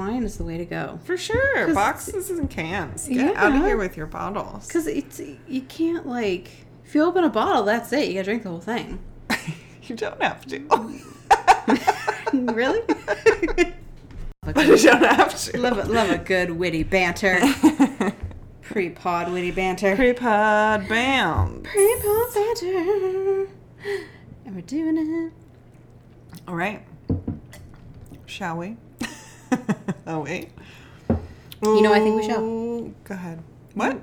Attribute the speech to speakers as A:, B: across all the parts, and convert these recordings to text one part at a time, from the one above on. A: is the way to go.
B: For sure.
A: 'Cause-
B: Boxes and cans. Get out of
A: Yeah.
B: here with your bottles.
A: Because it's you can't like if you open a bottle, that's it. You gotta drink the whole thing.
B: you don't have to.
A: really?
B: but you don't have to.
A: love a, love a good witty banter. Pre-pod witty banter.
B: Pre-pod bam.
A: Pre-pod banter. And we're doing it.
B: All right. Shall we? oh wait.
A: You know, I think we shall.
B: Ooh, Go ahead. What?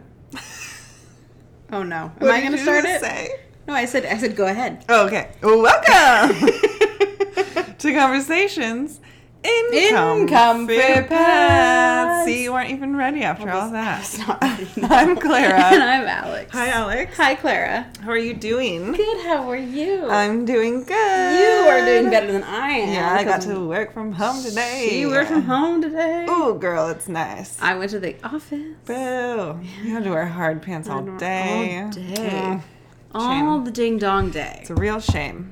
A: Oh no! Am
B: What
A: I
B: did
A: gonna
B: you
A: start
B: just
A: it?
B: Say? Oh,
A: No, I said I said go ahead.
B: Okay. Welcome to conversations. Income,
A: Income
B: prepared.
A: prepared.
B: See, you weren't even ready after all
A: It's
B: that.
A: not ready now.
B: I'm
A: and
B: Clara.
A: I'm Alex.
B: Hi, Alex.
A: Hi, Clara.
B: How are you doing?
A: Good. How are you?
B: I'm doing good.
A: you are doing better than I am.
B: Yeah, I got
A: 'cause
B: to work from home today.
A: She worked from home today.
B: Ooh, girl, it's nice.
A: I went to the office.
B: Boo. You had to wear hard pants
A: Had
B: all
A: to wear
B: day.
A: all day.
B: Mm,
A: All the ding dong day.
B: it's a real shame.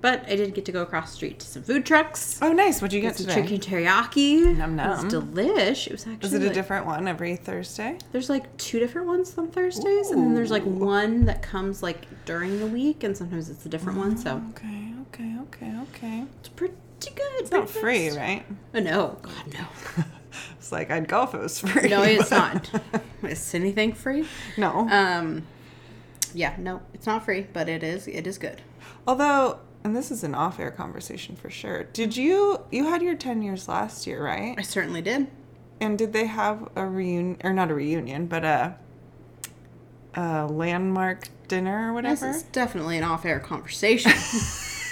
A: But I did get to go across the street to some food trucks.
B: Oh, nice. What'd you get
A: Some
B: today?
A: chicken teriyaki.
B: Nom
A: It
B: nom.
A: was delish. It was actually.
B: Is it a
A: like-
B: different one every Thursday?
A: There's like two different ones on Thursdays, and then there's like
B: Ooh.
A: one that comes like during the week, and sometimes it's a different one. So
B: Okay, okay, okay, okay.
A: it's pretty good.
B: It's not free, right?
A: Oh, no, God no.
B: It's like I'd golf if it was free.
A: No, it's
B: but-
A: not. Is anything free?
B: No.
A: Um, yeah, no, it's not free, but it is. It is good.
B: Although, and this is an off-air conversation for sure. Did you you had your 10 years last year,
A: I
B: right?
A: certainly did.
B: And did they have a reunion or not a reunion, but a a landmark dinner or
A: This
B: whatever?
A: is definitely an off-air conversation.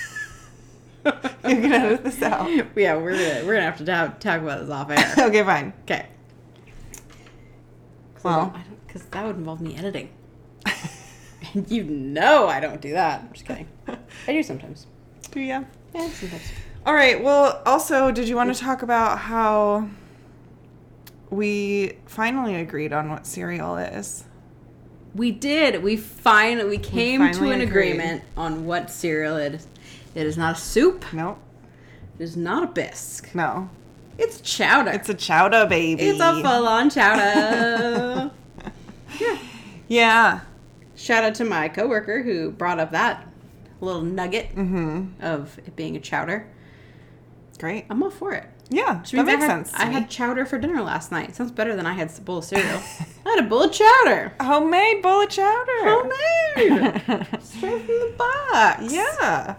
B: You can edit this out.
A: Oh, yeah, we're gonna we're gonna have to ta- talk about this off-air.
B: Okay, fine.
A: Okay.
B: Well.
A: because that would involve me editing, and you know I don't do that. I'm just kidding. I do sometimes.
B: Do ya?
A: Yeah, sometimes.
B: All right. Well, also, did you want to talk about how we finally agreed on what cereal is?
A: We did. We finally we came to
B: finally
A: an
B: agreed.
A: agreement on what cereal it is. It is not a soup.
B: Nope.
A: It is not a bisque.
B: No.
A: It's chowder.
B: It's a chowder baby.
A: It's a full on chowder.
B: Yeah.
A: Shout out to my coworker who brought up that little nugget
B: Mm-hmm.
A: of it being a chowder.
B: Great.
A: I'm all for it.
B: Yeah.
A: Which
B: That
A: means I
B: makes
A: had-
B: sense. to
A: I
B: me.
A: had chowder for dinner last night. Sounds better than I had a bowl of cereal. I had a bowl of chowder.
B: homemade bowl of chowder.
A: Homemade. Straight from the box.
B: yeah.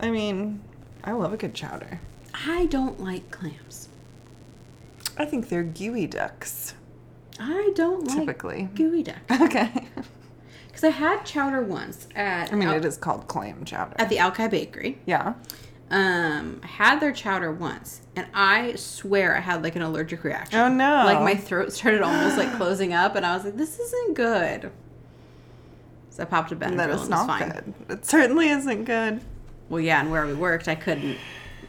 B: I mean, I love a good chowder.
A: I don't like clams.
B: I think they're gooey ducks,
A: I don't like
B: typically.
A: gooey duck.
B: Okay.
A: Because I had chowder once at
B: I mean,
A: Al-
B: it is called clam chowder.
A: at the Alki Bakery.
B: yeah.
A: Um, I had their chowder once, and I swear I had like an allergic reaction.
B: Oh, no.
A: Like my throat started almost like closing up, and I was like, "This isn't good." So I popped a Benadryl,
B: That
A: and it
B: is
A: was
B: not
A: fine.
B: good. It certainly isn't good.
A: Well, yeah, and where we worked, I couldn't,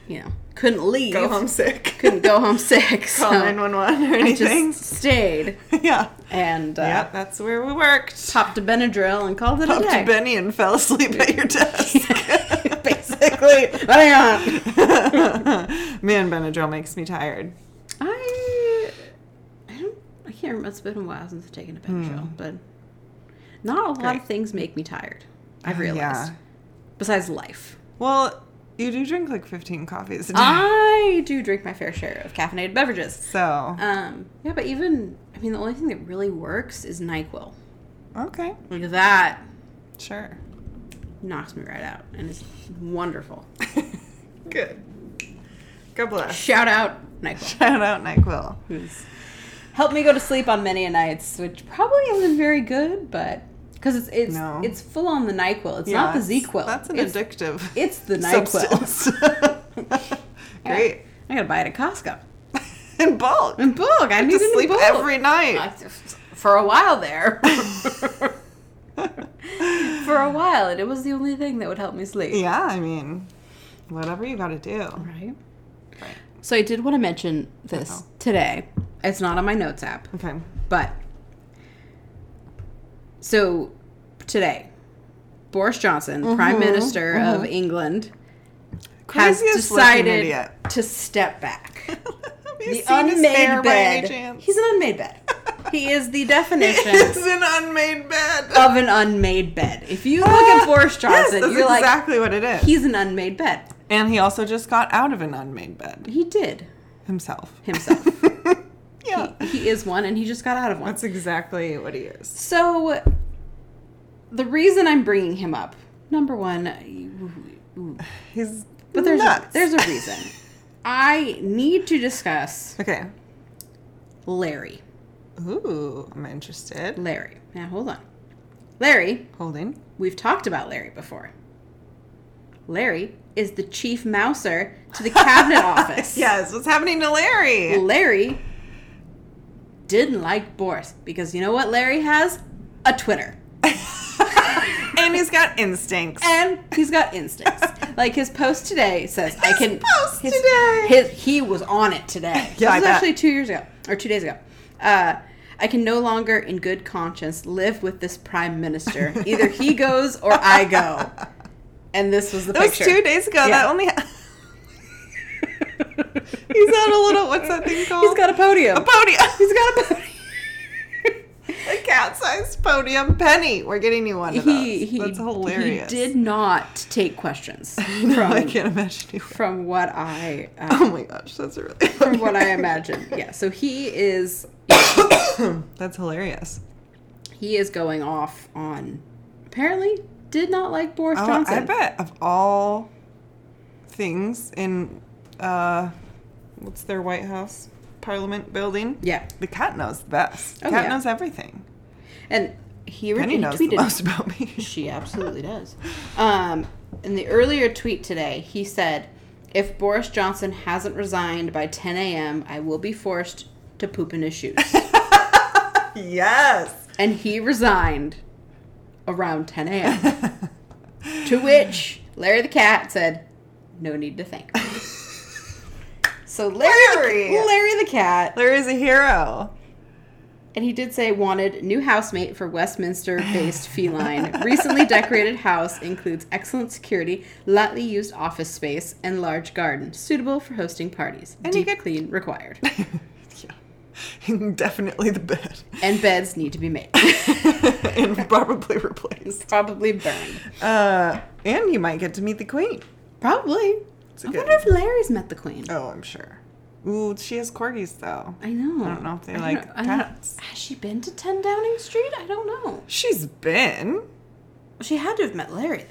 A: you know, couldn't leave.
B: Go home sick.
A: Couldn't go home sick. so
B: Call 911 or
A: I
B: anything.
A: just stayed
B: yeah.
A: and uh,
B: yep, that's where we worked.
A: popped a Benadryl and called it
B: Popped
A: a day.
B: to Benny and fell asleep at your desk.
A: Basically, what do you want?
B: Man, Benadryl makes me tired.
A: I I don't I can't remember. It's been a while since I've taken a Benadryl, but not a lot
B: Great.
A: of things make me tired. I've
B: Oh, yeah.
A: realized. Besides life,
B: Well, you do drink like 15 coffees a day.
A: Ah. I do drink my fair share of caffeinated beverages.
B: so,
A: Um, yeah, but even I mean, the only thing that really works is Nyquil.
B: okay,
A: Like that
B: sure.
A: knocks me right out, and it's wonderful.
B: Good. God bless.
A: Shout out Nyquil.
B: Shout out NyQuil.
A: who's helped me go to sleep on many a nights, which probably isn't very good, but because it's it's
B: No.
A: it's full on the Nyquil. It's not the
B: Yeah, it's-
A: Z-Quil.
B: That's an
A: it's,
B: addictive
A: it's the Nyquil.
B: substance. Great.
A: I gotta buy it at Costco.
B: In bulk.
A: In bulk, I need
B: to
A: it in
B: sleep
A: bulk.
B: every night.
A: I- For a while there, for a while, and it was the only thing that would help me sleep.
B: Yeah, I mean, whatever you got to do.
A: Right.
B: Right.
A: So I did want to mention this
B: Uh-oh.
A: today. It's not on my notes app.
B: Okay.
A: But so today, Boris Johnson, Prime
B: Mm-hmm.
A: Minister of England, has
B: Craziest looking
A: decided
B: idiot.
A: to step back. The
B: seen his hair
A: unmade
B: by any
A: bed.
B: chance?
A: He's an unmade bed. He is the definition
B: It's an unmade bed.
A: of an unmade bed. If you look at Boris
B: Yes,
A: Johnson,
B: that's
A: you're
B: exactly what it
A: like,
B: is.
A: he's an unmade bed.
B: and he also just got out of an unmade bed
A: He did
B: himself.
A: himself.
B: yeah.
A: he, he is one, and he just got out of one.
B: That's exactly what he is.
A: So, the reason I'm bringing him up, number one,
B: He's
A: but there's a,
B: nuts.
A: there's a reason. I need to discuss
B: okay.
A: Larry.
B: Ooh, I'm interested.
A: Larry. Now hold on. Larry,
B: Holding.
A: we've talked about Larry before. Larry is the chief mouser to the cabinet office.
B: Yes, what's happening to Larry?
A: Larry didn't like Boris because you know what Larry has? A Twitter.
B: and he's got instincts.
A: And he's got instincts. like his post today says, "I
B: His
A: can."
B: post today.
A: His, he was on it today.
B: Yeah, I
A: this was
B: bet.
A: actually two years ago or two days ago. Uh, I can no longer, in good conscience, live with this prime minister. Either he goes or I go. And this was the
B: That was
A: picture.
B: two days ago. That
A: Yeah.
B: only. he's got a little. What's that thing called?
A: He's got a podium.
B: a podium.
A: he's got a podium.
B: a cat-sized podium penny. We're getting you one of those.
A: he, he,
B: That's hilarious.
A: He did not take questions
B: No, I
A: from,
B: can't imagine. You.
A: from what I uh,
B: Oh my gosh, that's a really.
A: from what I imagine. Yeah. So he is
B: that's hilarious.
A: he is going off on apparently did not like Boris
B: Oh,
A: Johnson.
B: I bet of all things in uh, what's their White House Parliament building,
A: Yeah.
B: the cat knows the best. The
A: Oh,
B: cat
A: yeah.
B: knows everything.
A: And he
B: Penny
A: originally
B: knows
A: tweeted
B: the most about me.
A: she absolutely does. Um in the earlier tweet today, he said, "If Boris Johnson hasn't resigned by 10 a.m., I will be forced to poop in his shoes."
B: yes.
A: and he resigned around 10 a.m. to which Larry the cat said, "No need to thank." me." so Larry,
B: Larry!
A: the, Larry the cat,
B: There is a hero.
A: and he did say wanted new housemate for Westminster-based feline. Recently decorated house includes excellent security, lightly used office space, and large garden suitable for hosting parties.
B: And you
A: Deep
B: get-
A: clean required,
B: yeah. Definitely the bed.
A: and beds need to be made.
B: and probably replaced.
A: Probably burned.
B: Uh, and you might get to meet the queen.
A: Probably.
B: It's a
A: I
B: good-
A: wonder if Larry's met the queen.
B: Oh, I'm sure. Ooh, she has corgis though.
A: I know.
B: I don't know if they
A: I don't
B: like
A: know- I don't know.
B: cats.
A: Has she been to 10 Downing Street? I don't know.
B: She's been.
A: She had to have met Larry then.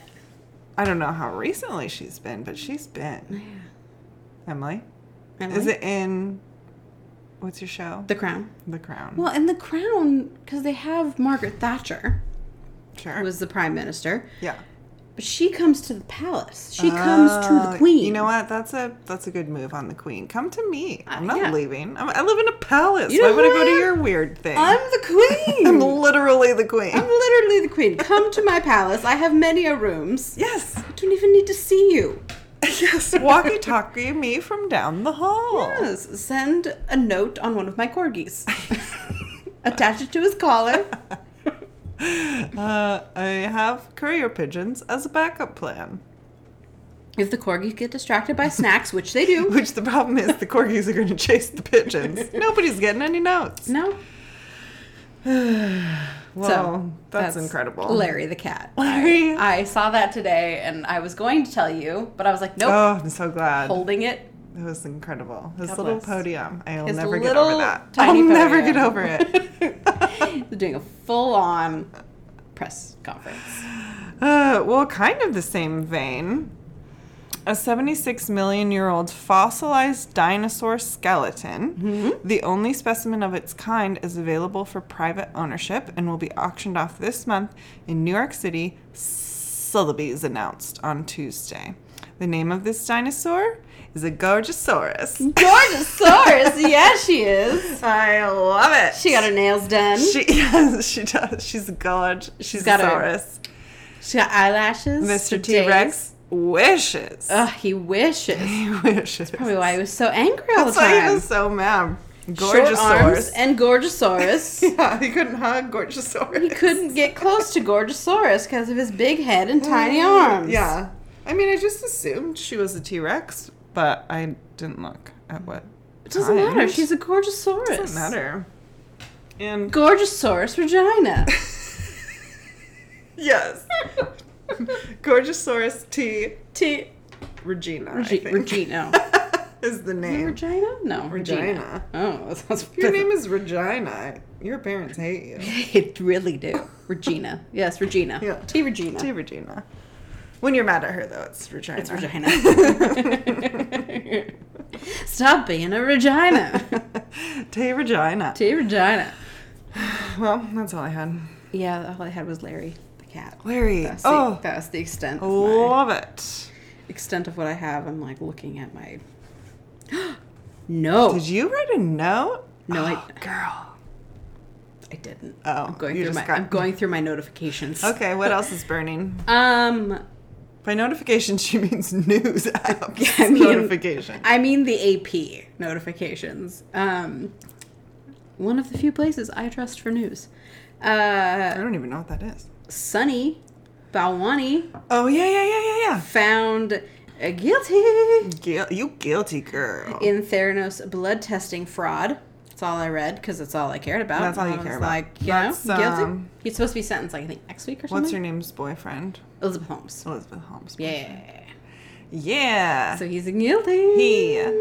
B: I don't know how recently she's been, but she's been. Emily,
A: And
B: is
A: like,
B: it in? What's your show?
A: The Crown?
B: The Crown.
A: Well, in The Crown, because they have Margaret Thatcher,
B: sure.
A: who was the prime minister,
B: yeah.
A: but she comes to the palace. She comes to
B: Oh,
A: the queen.
B: You know what? That's a that's a good move on the queen. Come to me. I'm
A: Uh,
B: not
A: yeah.
B: leaving. I'm, I live in a palace.
A: You
B: Why
A: know
B: would I
A: who
B: go
A: I
B: to
A: am?
B: your weird thing?
A: I'm the queen.
B: I'm literally the queen.
A: I'm literally the queen. Come to my palace. I have many a rooms.
B: yes.
A: I don't even need to see you.
B: Yes. Walkie talkie me from down the hall.
A: Yes, send a note on one of my corgis. Attach it to his collar.
B: Uh, I have courier pigeons as a backup plan.
A: If the corgis get distracted by snacks, which they do,
B: Which the problem is the corgis are going to chase the pigeons. Nobody's getting any notes.
A: no.
B: Well, that's, incredible.
A: Larry the cat.
B: Larry.
A: I saw that today, and I was going to tell you, but I was like, nope,
B: Oh, I'm so glad.
A: holding it.
B: It was incredible. His
A: God
B: little
A: bless.
B: podium. I'll
A: His
B: never get
A: little
B: over that. I'll
A: tiny
B: never
A: podium.
B: get over it.
A: doing a full-on press conference.
B: Uh, well, kind of the same vein. A 76 million year old fossilized dinosaur skeleton,
A: Mm-hmm.
B: the only specimen of its kind, is available for private ownership and will be auctioned off this month in New York City, Sotheby's announced on Tuesday. The name of this dinosaur is a Gorgosaurus.
A: Gorgesaurus, yeah, she is.
B: I love it.
A: She got her nails done. She,
B: She, yes, she does. She's a gorge. She's
A: got
B: a
A: her-
B: saurus.
A: got eyelashes. for
B: Mr. T
A: days.
B: Rex wishes.
A: Ugh, he wishes.
B: He wishes.
A: Probably why he was so angry all
B: That's
A: the
B: why
A: time.
B: he was so mad.
A: Short arms
B: Gorgesaurus.
A: and Gorgesaurus.
B: yeah, he couldn't hug Gorgesaurus.
A: He couldn't get close to Gorgesaurus because of his big head and tiny arms.
B: Mm, Yeah. I mean, I just assumed she was a T Rex, but I didn't look at what
A: It doesn't
B: kind.
A: matter. She's a gorgesaurus.
B: doesn't matter. And
A: Gorgesaurus regina.
B: yes, Gorgesaurus T.
A: T.
B: Regina. I
A: Regi-
B: think,
A: Regina.
B: is
A: Is
B: the
A: it
B: name.
A: Regina? No.
B: Regina.
A: Oh, that sounds
B: Your name is Regina. Your parents hate you.
A: They really do. Regina. Yes, Regina.
B: Yeah.
A: T. Regina.
B: T. Regina. When you're mad at her, though, it's Regina.
A: It's Regina. Stop being a Regina.
B: T. Regina.
A: T. Regina.
B: Well, that's all I had.
A: Yeah, all I had was Larry the cat.
B: Larry.
A: That's, the,
B: Oh,
A: that's the extent. Of my,
B: love it.
A: extent of what I have. I'm like looking at my. no,
B: Did you write a note?
A: No, I-
B: oh, girl.
A: I didn't.
B: Oh,
A: I'm going
B: you
A: through
B: just
A: my.
B: got-
A: I'm going through my notifications.
B: Okay, what else is burning?
A: Um,
B: By notification, she means news app.
A: I mean-
B: notification.
A: I mean the AP notifications. Um, one of the few places I trust for news.
B: I
A: Uh,
B: don't even know what that is.
A: Sunny Balwani
B: Oh yeah, yeah, yeah,
A: found uh, guilty
B: yeah, yeah. Guil- you guilty girl.
A: in Theranos blood testing fraud. That's all I read because it's all I cared about.
B: That's all you
A: I was
B: care about.
A: Like, you
B: That's,
A: know, guilty.
B: um,
A: He's supposed to be sentenced, like I think next week or something.
B: What's her name's boyfriend?
A: Elizabeth Holmes.
B: Elizabeth Holmes.
A: Yeah.
B: Yeah.
A: So he's guilty.
B: he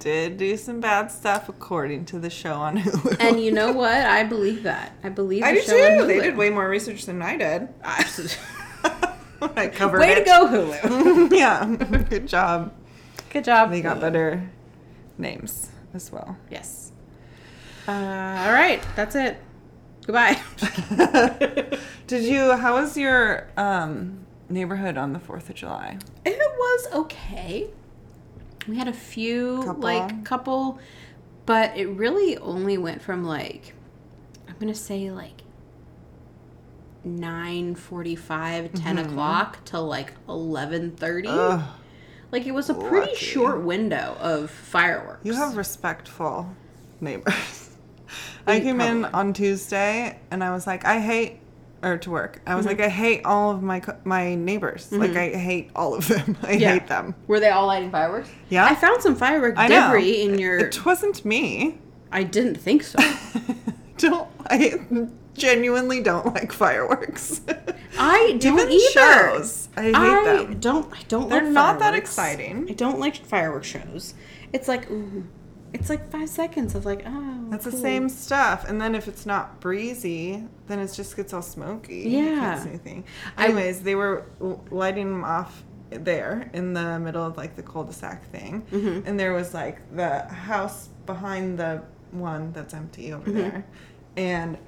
B: did do some bad stuff according to the show on Hulu.
A: And you know what? I believe that. I believe
B: I
A: the
B: do
A: show on
B: too. They
A: Hulu.
B: did way more research than I did.
A: Absolutely.
B: I covered
A: Way
B: it.
A: to go, Hulu.
B: yeah. Good job.
A: Good job.
B: They got
A: Hulu.
B: better names as well.
A: Yes. Uh, all right. That's it. Goodbye.
B: Did you? How was your um, neighborhood on the Fourth of July?
A: it was okay. We had a few
B: Couple.
A: like couple, but it really only went from like I'm gonna say like 9:45, 10 o'clock to like eleven thirty.
B: Mm-hmm, Ugh,
A: Like it was a pretty
B: Lucky.
A: short window of fireworks.
B: you have respectful neighbors. I came in on Tuesday and I was like, I hate. Or to work, I
A: Mm-hmm.
B: was like, I hate all of my co- my neighbors. Like, I hate all of them. I
A: Yeah.
B: hate them.
A: Were they all lighting fireworks?
B: Yeah.
A: I found some firework
B: I know.
A: debris in your.
B: It wasn't me.
A: I didn't think so.
B: don't I genuinely don't like fireworks.
A: I don't
B: Even
A: either.
B: shows. I hate
A: I
B: them.
A: don't. I don't.
B: They're
A: like
B: not that
A: fireworks.
B: exciting.
A: I don't like fireworks shows. It's like, ooh, it's like five seconds of like, oh.
B: That's the
A: cool.
B: same stuff. And then if it's not breezy, then it just gets all smoky. You
A: Yeah.
B: Can't see anything.
A: I-
B: Anyways, they were l- lighting them off there in the middle of like the cul-de-sac thing.
A: Mm-hmm.
B: And there was like the house behind the one that's empty over
A: Mm-hmm.
B: there. And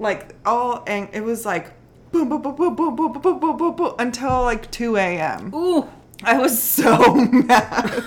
B: like all and it was like boom boom boom boom boom boom boom boom boom boom, boom until like 2 a.m.
A: Ooh,
B: I was so mad.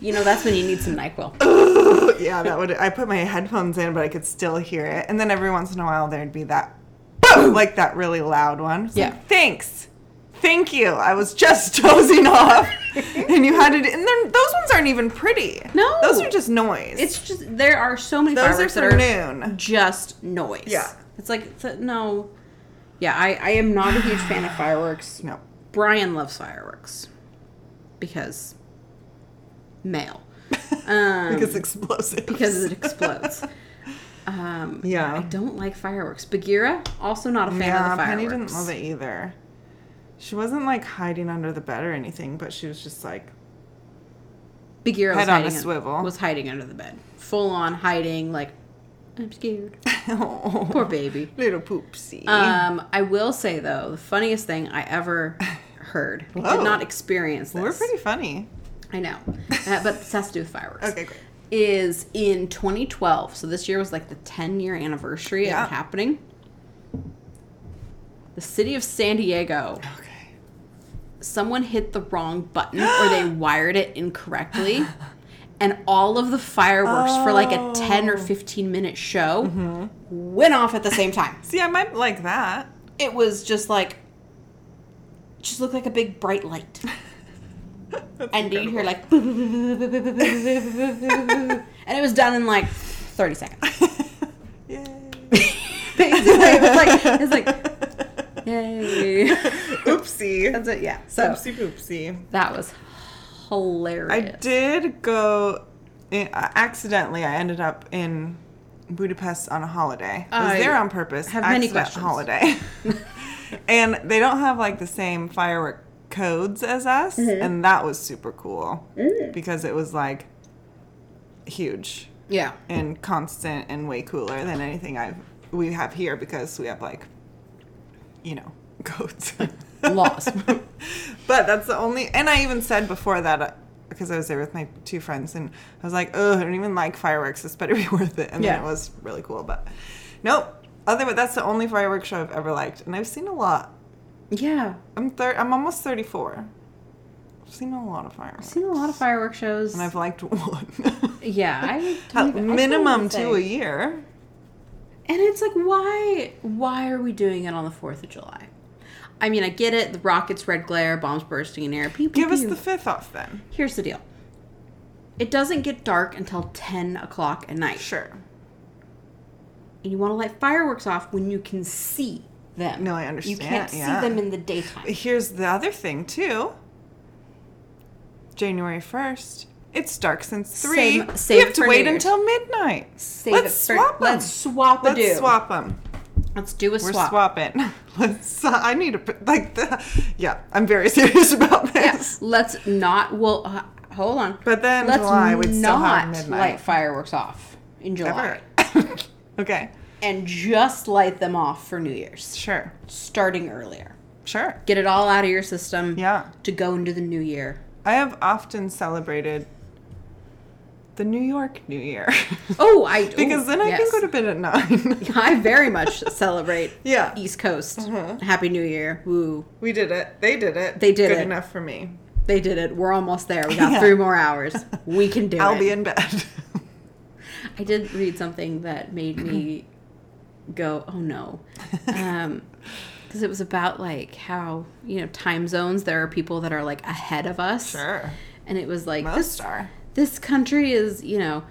A: you know that's when you need some Nyquil.
B: yeah, that would. I put my headphones in, but I could still hear it. And then every once in a while, there'd be that, like that really loud one. It's like,
A: Yeah.
B: Thanks. Thank you. I was just dozing off, and you had it. And then those ones aren't even pretty.
A: No.
B: those are just noise.
A: It's just there are so many
B: those are
A: fireworks
B: for
A: that are
B: noon.
A: just noise.
B: Yeah.
A: it's like it's a- no. Yeah, I, I am not a huge fan of fireworks.
B: No.
A: Brian loves fireworks because male. Um,
B: because explosive.
A: because it explodes. Um,
B: Yeah.
A: I don't like fireworks. Bagheera, also not a fan
B: yeah,
A: of the fireworks.
B: Penny didn't love it either. She wasn't like hiding under the bed or anything, but she was just like,
A: Bagheera was
B: Head on a
A: hiding, un-
B: swivel.
A: was hiding under the bed. Full on hiding, like, I'm scared.
B: oh,
A: Poor baby.
B: little poopsie.
A: Um, I will say, though, the funniest thing I ever heard. I did
B: Whoa.
A: not experience this.
B: We're pretty funny.
A: I know. Uh, but this has to do with fireworks.
B: Okay, great.
A: Is in 2012. So this year was like the 10 year anniversary
B: Yeah.
A: of it happening. The city of San Diego
B: Okay.
A: someone hit the wrong button or they wired it incorrectly and all of the fireworks for like a 10
B: Oh.
A: or 15 minute show
B: Mm-hmm.
A: went off at the same time
B: See, I might like that.
A: it was just like just looked like a big bright light and you hear like and it was done in like 30 seconds
B: Yay.
A: basically it was like it's like yay
B: Oopsie.
A: that's it yeah so
B: Oopsie poopsie.
A: that was hilarious
B: I did go it, uh, accidentally, I ended up in Budapest on a holiday. I was
A: I
B: there on purpose.
A: have many
B: accident
A: questions.
B: Holiday, and they don't have like the same firework codes as us, and that was super cool because it was like huge
A: Yeah.
B: and constant and way cooler than anything I've we have here because we have like, you know, codes.
A: Laws.
B: but that's the only. And I even said before that uh, because I was there with my two friends and I was like, oh, I don't even like fireworks. This better be worth it. And
A: Yeah.
B: then it was really cool. But nope. Other but that's the only fireworks show I've ever liked, and I've seen a lot.
A: Yeah.
B: I'm thir- I'm almost thirty four. I've seen a lot of fireworks,
A: I've seen a lot of fireworks shows.
B: and I've liked one.
A: yeah, I would
B: At
A: totally- I
B: minimum
A: totally
B: two a
A: say-
B: year.
A: And it's like, why? Why are we doing it on the Fourth of July? I mean, I get it. The rockets, red glare, bombs bursting in air. Pew, pew,
B: Give us
A: pew.
B: the fifth off then.
A: Here's the deal. It doesn't get dark until ten o'clock at night,
B: Sure.
A: and you want to light fireworks off when you can see them.
B: No, I
A: You
B: understand.
A: can't see
B: yeah.
A: them in the daytime.
B: Here's the other thing too. January first. It's dark since
A: Same-
B: three.
A: save
B: you
A: it
B: have to
A: for
B: wait
A: New Year's.
B: until midnight.
A: Save
B: Let's
A: it for-
B: swap 'em.
A: Let's swap a
B: Let's
A: do.
B: swap them.
A: Let's do a
B: We're
A: swap.
B: swapping. Let's. Uh, I need to put- like the. Yeah, I'm very serious about
A: Yeah,
B: this.
A: let's not. Well, uh, hold on.
B: But then
A: let's
B: July would still
A: not
B: have midnight.
A: light fireworks off in July,
B: Ever. okay.
A: and just light them off for New Year's,
B: Sure.
A: starting earlier.
B: Sure.
A: Get it all out of your system.
B: Yeah.
A: To go into the new year.
B: I have often celebrated the New York New Year
A: Oh, I
B: because then I can go to bed at nine.
A: to. I very much celebrate.
B: Yeah. Mm-hmm.
A: East Coast. Happy New Year. Woo.
B: We did it. They did it.
A: They did
B: Good
A: it.
B: enough for me.
A: They did it. We're almost there. We got
B: Yeah.
A: three more hours. We can do
B: I'll
A: it.
B: be in bed.
A: I did read something that made me go, oh no. Um, because it was about like how, you know, time zones, there are people that are like ahead of us.
B: sure.
A: And it was like,
B: Most
A: this,
B: are.
A: this country is, you know,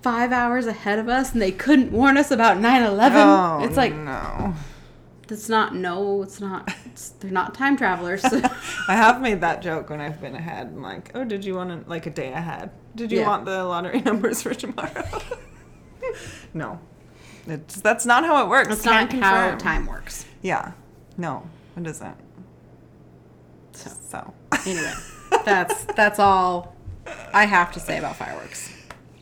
A: five hours ahead of us and they couldn't warn us about 9 11.
B: Oh,
A: it's like,
B: no.
A: it's not, no, it's not, it's, they're not time travelers.
B: I have made that joke when I've been ahead. I'm like, oh, did you want an, like a day ahead? Did you
A: Yeah.
B: want the lottery numbers for tomorrow? no, it's that's not how it works.
A: it's not
B: Can't
A: how
B: confirm.
A: time works.
B: Yeah, no, it isn't.
A: So.
B: So
A: Anyway, that's, that's all I have to say about fireworks.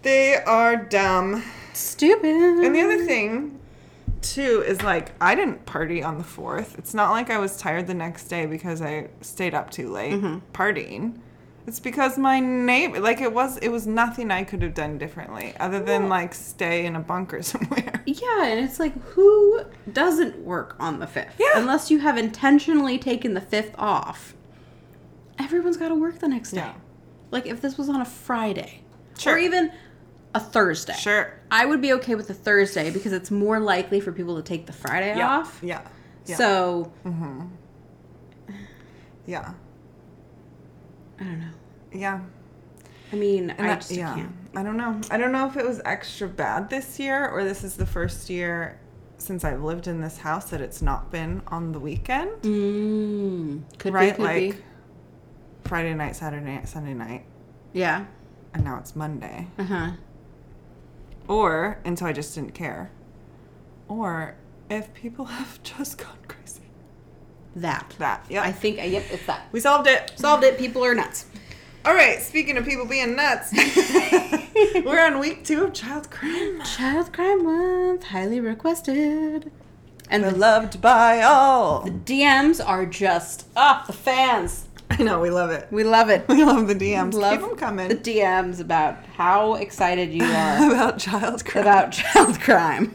B: they are dumb.
A: Stupid.
B: And the
A: Mm-hmm.
B: other thing, too, is like I didn't party on the fourth. It's not like I was tired the next day because I stayed up too late
A: Mm-hmm.
B: partying. It's because my neighbor, like it was, it was nothing I could have done differently other than like stay in a bunker somewhere.
A: Yeah, and it's like who doesn't work on the fifth?
B: Yeah.
A: Unless you have intentionally taken the fifth off. Everyone's gotta work the next day.
B: Yeah.
A: Like if this was on a Friday.
B: Sure.
A: Or even a Thursday.
B: Sure.
A: I would be okay with a Thursday because it's more likely for people to take the Friday
B: Yeah.
A: off.
B: Yeah. Yeah.
A: So
B: yeah.
A: I don't know.
B: Yeah.
A: I mean,
B: And
A: I
B: that-
A: just can't.
B: I don't know. I don't know if it was extra bad this year or this is the first year since I've lived in this house that it's not been on the weekend.
A: Mm, could be,
B: right?
A: could
B: like
A: be.
B: Friday night, Saturday night, Sunday night,
A: Yeah.
B: and now it's Monday.
A: Uh huh.
B: Or, and so I just didn't care. Or if people have just gone crazy.
A: That.
B: That, yeah.
A: I think. Yep. It's that.
B: we solved it.
A: Solved it. People are nuts.
B: All right, speaking of people being nuts, we're on week two of Child Crime.
A: Child Crime Month, highly requested. And the
B: Beloved by all.
A: DMs are just off the fans.
B: I know, we love it.
A: We love it.
B: We love the DMs.
A: Love
B: Keep them
A: the
B: coming.
A: DMs about how excited you are
B: about Child Crime.
A: about child crime.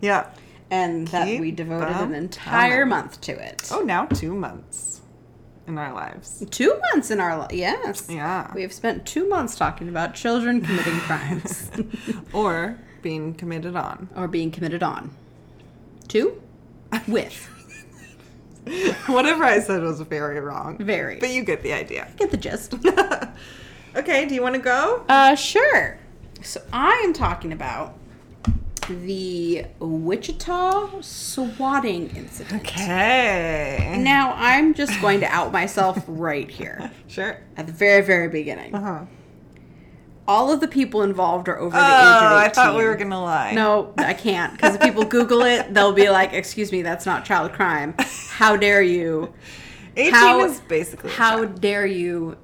B: yeah.
A: And that
B: Keep
A: we devoted an
B: them
A: entire
B: coming.
A: month to it.
B: Oh, now two months in our lives.
A: Two months in our life. Yes.
B: Yeah.
A: We have spent two months talking about children committing crimes
B: or being committed on.
A: or being committed on. Two? With.
B: Whatever I said was very wrong.
A: Very.
B: But you get the idea.
A: Get the gist.
B: okay, do you want to go?
A: Uh, sure. So I am talking about the Wichita swatting incident.
B: Okay.
A: Now I'm just going to out myself right here
B: Sure.
A: at the very, very beginning.
B: Uh huh.
A: All of the people involved are over Uh-huh. the age
B: Oh,
A: of 18.
B: I thought we were gonna lie.
A: No, I can't. Because if people Google it, they'll be like, excuse me, that's not child crime. How dare you?
B: eighteen
A: how-
B: is basically a
A: How
B: child.
A: dare you?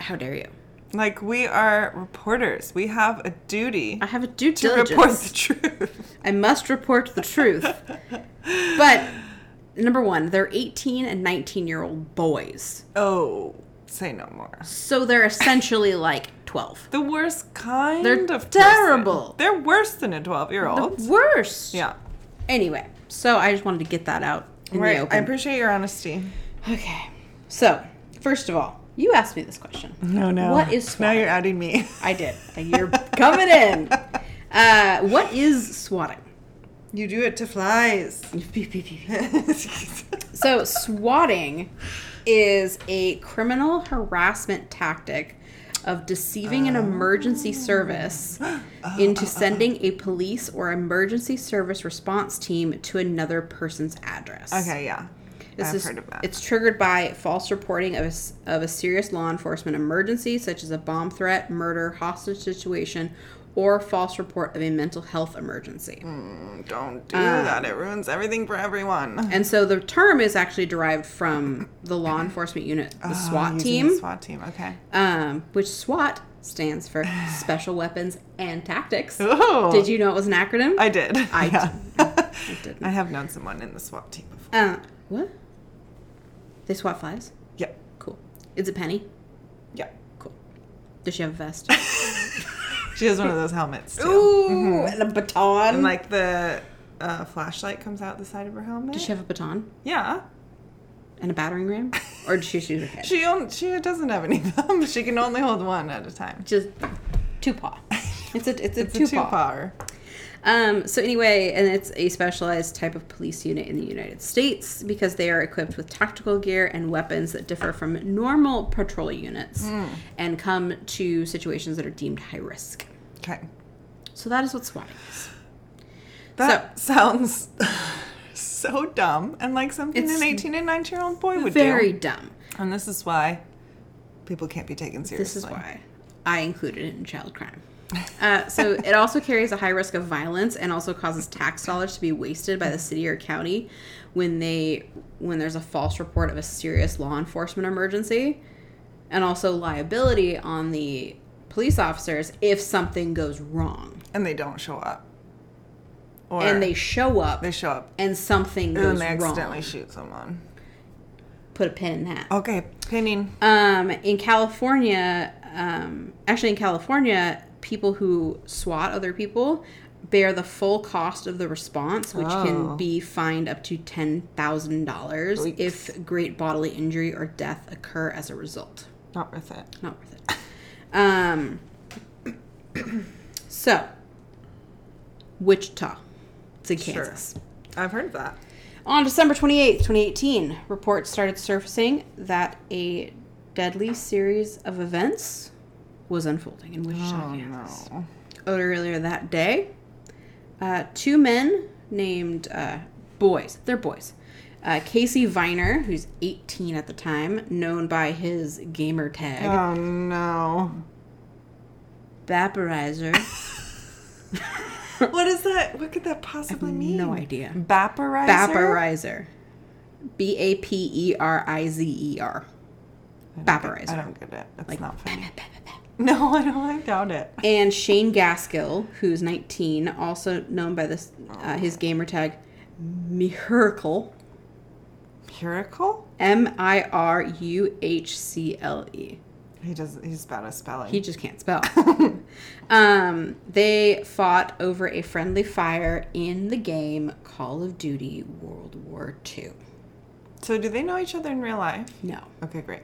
A: How dare you?
B: like we are reporters. We have a duty
A: I have a due
B: to
A: diligence.
B: report the truth.
A: I must report the truth. but number one, they're 18 and 19 year old boys.
B: Oh, say no more.
A: So they're essentially like 12.
B: The worst kind
A: They're
B: of
A: terrible.
B: person. They're worse than a twelve-year-old.
A: The worst.
B: Yeah,
A: Anyway, so I just wanted to get that out in
B: right.
A: the
B: I
A: open.
B: appreciate your honesty.
A: okay. So, first of all, you asked me this question.
B: No, no.
A: What is
B: now?
A: swatting?
B: You're adding me.
A: I did. You're coming in. Uh, what is swatting?
B: You do it to flies.
A: So, swatting is a criminal harassment tactic of deceiving an emergency service
B: Oh.
A: into sending a police or emergency service response team to another person's address.
B: okay, yeah.
A: This
B: I've
A: is,
B: heard of that.
A: It's triggered by false reporting of a, s- of a serious law enforcement emergency, such as a bomb threat, murder, hostage situation, or false report of a mental health
B: Mm.
A: emergency.
B: Don't do
A: Ah.
B: that. It ruins everything for everyone.
A: And so the term is actually derived from the law enforcement unit, the SWAT
B: Oh, Ah, Using
A: team,
B: the SWAT team. Okay.
A: Um, which SWAT stands for Special Weapons and Tactics.
B: Oh.
A: Did you know it was an acronym?
B: I did.
A: I
B: yeah.
A: didn't.
B: I have known someone in the SWAT team before.
A: uh, what? They SWAT flies?
B: Yeah.
A: Cool. It's a penny?
B: Yeah.
A: Cool. Does she have a vest?
B: She has one of those helmets too.
A: Ooh, and a baton.
B: And like the uh, flashlight comes out the side of her helmet.
A: Does she have a baton
B: yeah.
A: and a battering ram, or did she shoot her head?
B: She on- she doesn't have any thumbs. She can only hold one at a time.
A: Just two paw. It's a it's a
B: It's
A: two
B: a two
A: paw.
B: power.
A: Um, so anyway, and it's a specialized type of police unit in the United States because they are equipped with tactical gear and weapons that differ from normal patrol units and come to situations that are deemed high risk.
B: Okay.
A: So that is what SWAT is.
B: That sounds so dumb and like something
A: It's
B: an 18 and 19 year old boy would
A: Very
B: do.
A: dumb.
B: And this is why people can't be taken seriously.
A: This is why I included it in child crime. Uh, so it also carries a high risk of violence and also causes tax dollars to be wasted by the city or county when they when there's a false report of a serious law enforcement emergency, and also liability on the police officers if something goes wrong
B: And they don't show up. Or
A: and they show up
B: they show up
A: and something
B: and then
A: goes
B: they accidentally
A: wrong.
B: shoot someone.
A: Put a pin in that.
B: Okay, pinning.
A: Um, in California, um, actually in California, people who SWAT other people bear the full cost of the response, which
B: Oh.
A: can be fined up to ten thousand dollars
B: Yikes.
A: if great bodily injury or death occur as a result.
B: Not worth it.
A: Not worth it. Um, so, Wichita, it's in
B: Sure.
A: Kansas.
B: I've heard that.
A: On December 28, 2018, reports started surfacing that a deadly series of events was unfolding in Wichita, Kansas.
B: Oh,
A: Oh,
B: no.
A: Earlier that day, uh, two men named uh, boys, they're boys, uh, Casey Viner, who's 18 at the time, known by his gamer tag,
B: Oh no.
A: Vaporizer.
B: What is that? What could that possibly mean?
A: no idea.
B: Vaporizer?
A: Vaporizer. B A P E R I Z E R. Vaporizer.
B: I don't get it. It's not funny.
A: Bah, bah, bah, bah.
B: No, I don't. I doubt it.
A: and Shane Gaskill, who's 19, also known by this uh, his gamer tag Miracle,
B: Miracle?
A: M I R U H C L E.
B: He does. He's bad at spelling.
A: He just can't spell. um, they fought over a friendly fire in the game Call of Duty World War II.
B: so do they know each other in real life?
A: No.
B: Okay, great.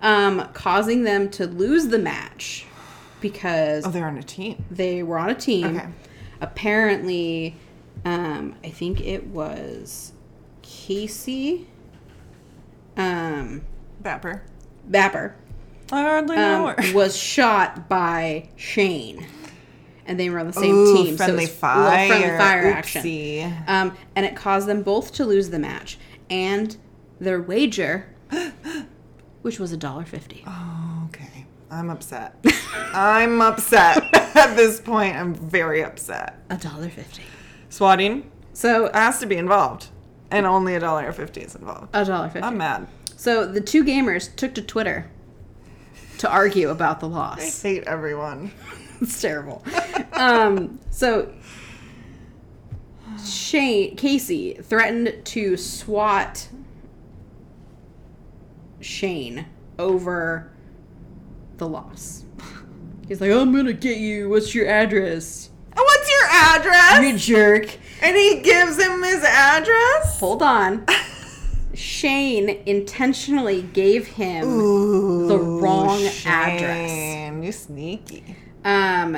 A: Um, causing them to lose the match because
B: Oh, they're on a team.
A: they were on a team.
B: Okay.
A: Apparently, um, I think it was Casey um,
B: Vapor.
A: Vapper
B: I hardly know
A: um,
B: her.
A: was shot by Shane, and they were on the same
B: Ooh,
A: team. so it
B: Friendly
A: was a little
B: fire.
A: friendly fire action.
B: Oopsie.
A: Um, and it caused them both to lose the match and their wager, which was a dollar fifty.
B: Oh, okay. I'm upset. I'm upset at this point. I'm very upset.
A: A dollar fifty.
B: Swatting
A: So uh,
B: has to be involved, and only a dollar fifty is involved.
A: a dollar fifty.
B: I'm mad.
A: So the two gamers took to Twitter to argue about the
B: I
A: loss.
B: hate everyone.
A: it's terrible. Um, so Shane Casey threatened to swat Shane over the loss. He's like, I'm gonna get you. What's your address?
B: What's your address?
A: You jerk.
B: And he gives him his address.
A: Hold on. Shane intentionally gave him.
B: Ooh,
A: The wrong address.
B: Shane, You sneaky.
A: Um,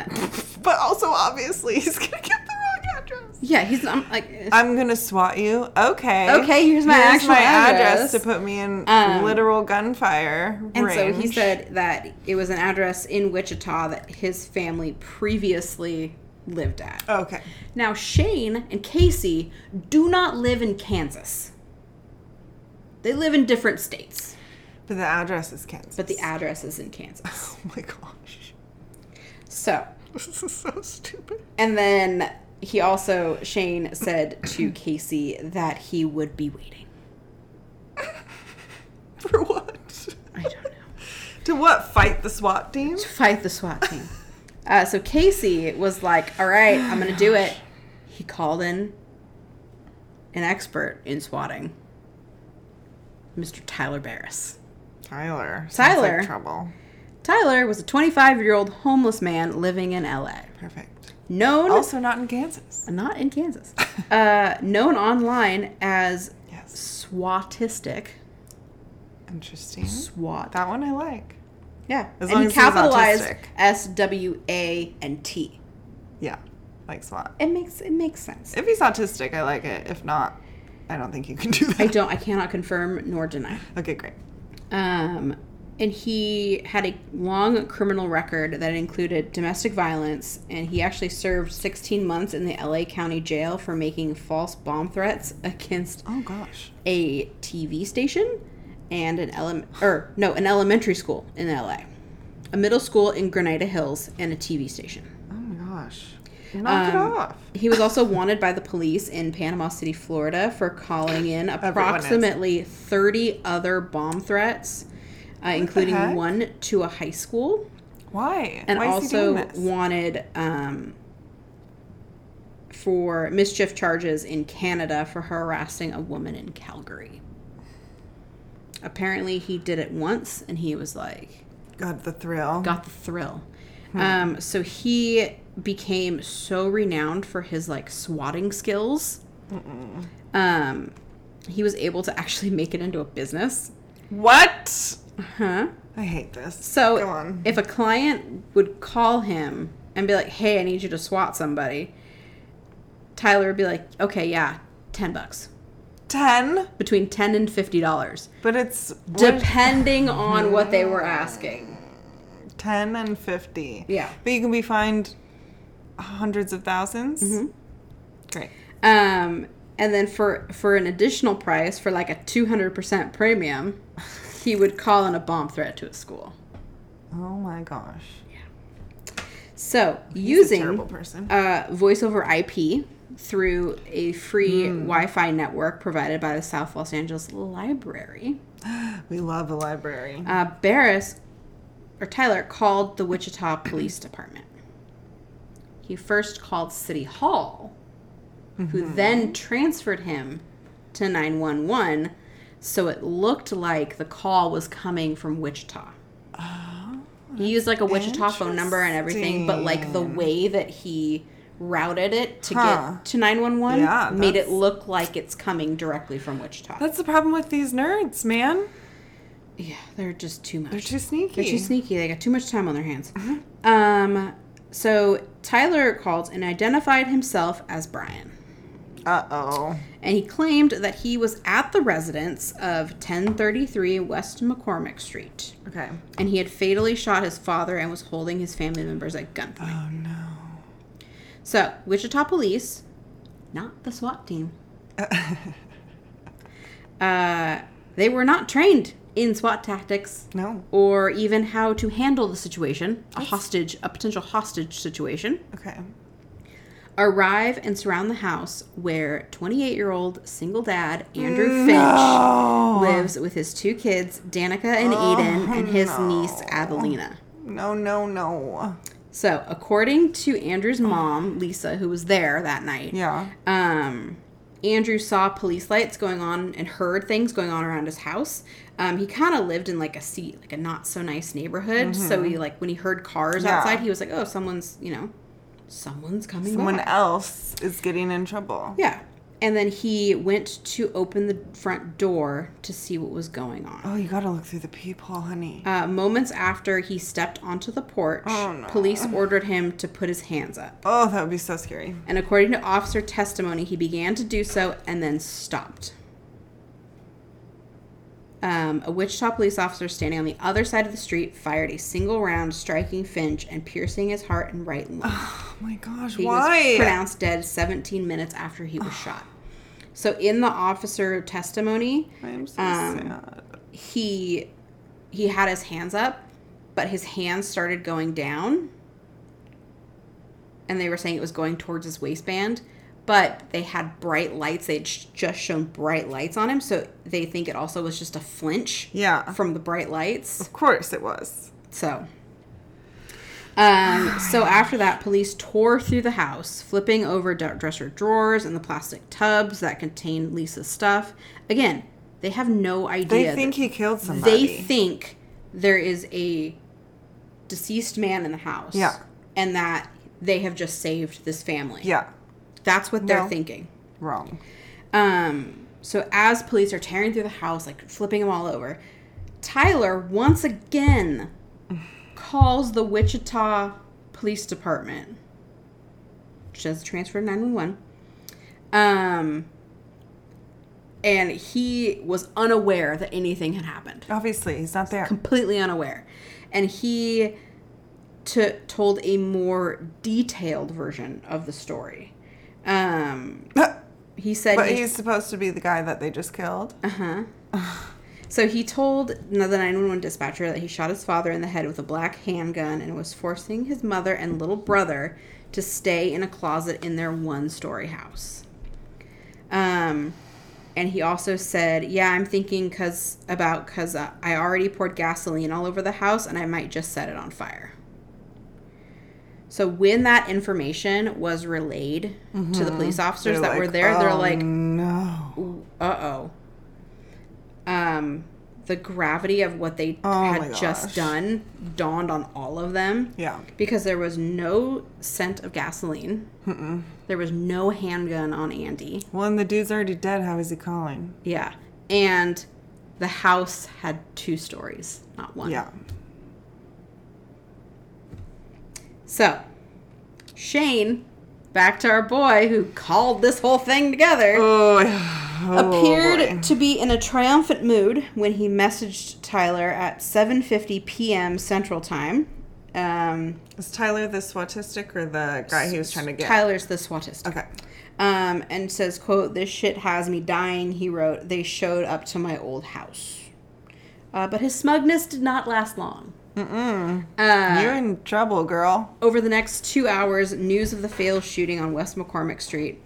B: But also, obviously, he's gonna get the wrong address.
A: yeah, he's I'm like,
B: I'm gonna swat you. Okay.
A: Okay, here's my actual address.
B: to put me in
A: Um,
B: literal gunfire
A: And
B: range.
A: so he said that it was an address in Wichita that his family previously lived at.
B: "Okay,
A: Now, Shane and Casey do not live in Kansas, they live in different states,
B: but the address is Kansas."
A: but the address is in Kansas.
B: oh my gosh,
A: So,
B: this is so stupid.
A: and then he also, Shane said to Casey that he would be waiting.
B: For what?
A: I don't know.
B: to what? Fight the SWAT team?
A: to fight the SWAT team. Uh, so Casey was like, "All right, I'm gonna do it." He called in an expert in swatting, Mr. Tyler Barris.
B: Tyler. Sounds
A: Tyler.
B: Like trouble.
A: Tyler was a 25 year old homeless man living in LA,
B: Perfect.
A: known
B: Also not in Kansas.
A: not in Kansas, uh, known online as
B: Yes.
A: Swatistic.
B: Interesting.
A: SWAT.
B: That one I like.
A: yeah,
B: as long
A: and he
B: as he's
A: capitalized
B: autistic.
A: S W A and T.
B: Yeah, like SWAT.
A: It makes it makes sense.
B: If he's autistic, I like it. If not, I don't think you can do
A: I
B: that.
A: don't. I cannot confirm nor deny.
B: Okay, great.
A: Um, and he had a long criminal record that included domestic violence, and he actually served 16 months in the LA County Jail for making false bomb threats against
B: Oh gosh.
A: a TV station and an ele- or no, an elementary school in LA, a middle school in Granada Hills, and a TV station.
B: Oh my gosh. Knock
A: Um,
B: it off.
A: He was also wanted by the police in Panama City, Florida, for calling in
B: Everyone is.
A: approximately 30 other bomb threats, uh, including
B: heck?
A: one to a high school,
B: Why?
A: and
B: Why
A: also
B: is he doing this?
A: wanted um, for mischief charges in Canada for harassing a woman in Calgary. Apparently, he did it once, and he was like,
B: got the thrill.
A: got the thrill.
B: Hmm.
A: Um, so he became so renowned for his like swatting skills. Um, he was able to actually make it into a business.
B: what?
A: Huh?
B: I hate this. go
A: So
B: on.
A: if a client would call him and be like, "Hey, I need you to swat somebody," Tyler would be like, "Okay, yeah, ten bucks."
B: Ten,
A: Between ten and fifty dollars,
B: but it's what is-
A: depending on what they were asking.
B: ten and fifty.
A: Yeah.
B: But you can be fined hundreds of 1000s Great.
A: Um, and then for for an additional price, for like a two hundred percent premium, he would call in a bomb threat to a school.
B: Oh my gosh.
A: So
B: He's a
A: using
B: terrible person.
A: uh, voice over IP through a free
B: Hmm.
A: Wi-Fi network provided by the South Los Angeles Library,
B: we love a library.
A: uh, Barris or Tyler called the Wichita Police Department. He first called City Hall, who
B: Mm-hmm.
A: then transferred him to 911, so it looked like the call was coming from Wichita.
B: Oh,
A: He used like a Wichita phone number and everything, but like the way that he routed it to
B: Huh.
A: get to 911
B: Yeah,
A: made it
B: that's-
A: look like it's coming directly from Wichita.
B: That's the problem with these nerds, man.
A: yeah, they're just too much.
B: They're too sneaky. Uh-huh.
A: They're too sneaky. They got too much time on their hands. Um, so Tyler called and identified himself as Brian.
B: Uh oh.
A: And he claimed that he was at the residence of 1033 West McCormick Street.
B: Okay.
A: And he had fatally shot his father and was holding his family members at gunpoint.
B: Oh no.
A: So, Wichita police, not the SWAT team, uh, they were not trained in SWAT tactics
B: No.
A: or even how to handle the situation, a hostage, a potential hostage situation.
B: Okay.
A: Arrive and surround the house where 28 year old single dad Andrew Finch
B: No.
A: lives with his two kids, Danica and Aiden, and his niece, Adelina.
B: No, no, no.
A: So, according to Andrew's mom, Lisa, who was there that night,
B: Yeah.
A: um, Andrew saw police lights going on and heard things going on around his house. Um, he kind of lived in like a seat, like a not so nice neighborhood. So he like when he heard cars
B: Mm-hmm. Yeah.
A: outside, he was like, "Oh, someone's you know, someone's coming."
B: Someone
A: by."
B: else is getting in trouble.
A: Yeah. And then he went to open the front door to see what was going on.
B: Oh, you gotta look through the peephole, honey.
A: Uh, moments after he stepped onto the porch,
B: Oh, no.
A: police ordered him to put his hands up.
B: Oh, that would be so scary.
A: And according to officer testimony, he began to do so and then stopped. Um, a Wichita police officer standing on the other side of the street fired a single round, striking Finch and piercing his heart and right lung.
B: Oh my gosh,
A: He was
B: why?
A: pronounced dead 17 minutes after he was shot. So, in the officer testimony,
B: I'm so
A: um,
B: sad.
A: he he had his hands up, but his hands started going down. And they were saying it was going towards his waistband, but they had bright lights. They had sh- just shown bright lights on him, so they think it also was just a flinch
B: Yeah.
A: from the bright lights.
B: Of course it was.
A: So um, so after that, police tore through the house, flipping over d- dresser drawers and the plastic tubs that contained Lisa's stuff. Again, they have no idea.
B: They
A: that-
B: think he killed somebody.
A: they think there is a deceased man in the house.
B: Yeah.
A: And that they have just saved this family.
B: Yeah.
A: That's what they're
B: No.
A: thinking.
B: Wrong.
A: Um, so as police are tearing through the house, like flipping them all over, Tyler once again calls the Wichita Police Department, which does transfer to 911. Um, and he was unaware that anything had happened
B: Obviously, he's not there.
A: completely unaware. And he to told a more detailed version of the story. Um,
B: but
A: he said, he-
B: he's supposed to be the guy that they just killed.
A: Uh-huh. so he told another 911 dispatcher that he shot his father in the head with a black handgun and was forcing his mother and little brother to stay in a closet in their one story house. Um, and he also said, "Yeah, I'm thinking cause about cause uh, I already poured gasoline all over the house, and I might just set it on fire." So when that information was relayed to the police officers that
B: Mm-hmm.
A: were
B: They're
A: there,
B: like,
A: they're
B: "Oh,
A: like,
B: no.
A: uh oh. Um, the gravity of what they
B: Oh my
A: had
B: gosh.
A: just done dawned on all of them.
B: Yeah.
A: Because there was no scent of gasoline. There was no handgun on Andy.
B: Well, and the dude's already dead. How is he calling?
A: Yeah. And the house had two stories, not one.
B: Yeah.
A: So, Shane, back to our boy who called this whole thing together.
B: Oh, oh, boy.
A: appeared to be in a triumphant mood when he messaged Tyler at 7:50 p.m. Central Time. Um,
B: Is Tyler the swatistic or the guy he was trying to get? Oh.
A: Tyler's the swatist.
B: Okay.
A: Um, and says, "quote This shit has me dying." He wrote, "They showed up to my old house," uh, but his smugness did not last long. Uh,
B: You're in trouble, girl.
A: over the next two hours, news of the failed shooting on West McCormick Street.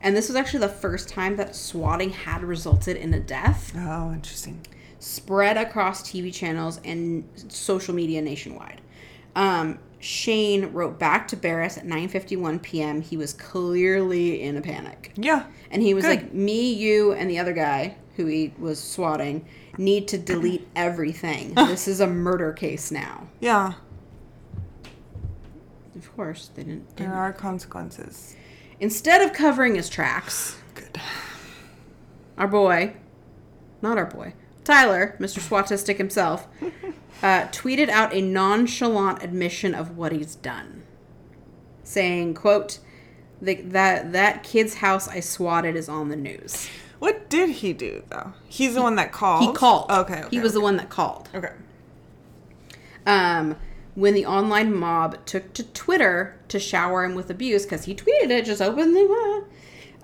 A: And this was actually the first time that swatting had resulted in a death.
B: Oh, interesting.
A: spread across TV channels and social media nationwide. Um, Shane wrote back to Barris at 9:51 p.m. He was clearly in a panic,
B: Yeah.
A: and he was
B: Good.
A: like, "Me, you, and the other guy who he was swatting need to delete everything. this is a murder case now."
B: Yeah.
A: Of course, they didn't.
B: There are consequences.
A: Instead of covering his tracks,
B: Good.
A: our boy, not our boy, Tyler, Mr. Swatistic himself, uh, tweeted out a nonchalant admission of what he's done, saying, "quote the, that that kid's house I swatted is on the news.
B: What did he do though? He's the one that called.
A: He called.
B: Okay. okay
A: he was the one that called.
B: Okay.
A: Um, when the online mob took to Twitter to shower him with abuse because he tweeted it just openly.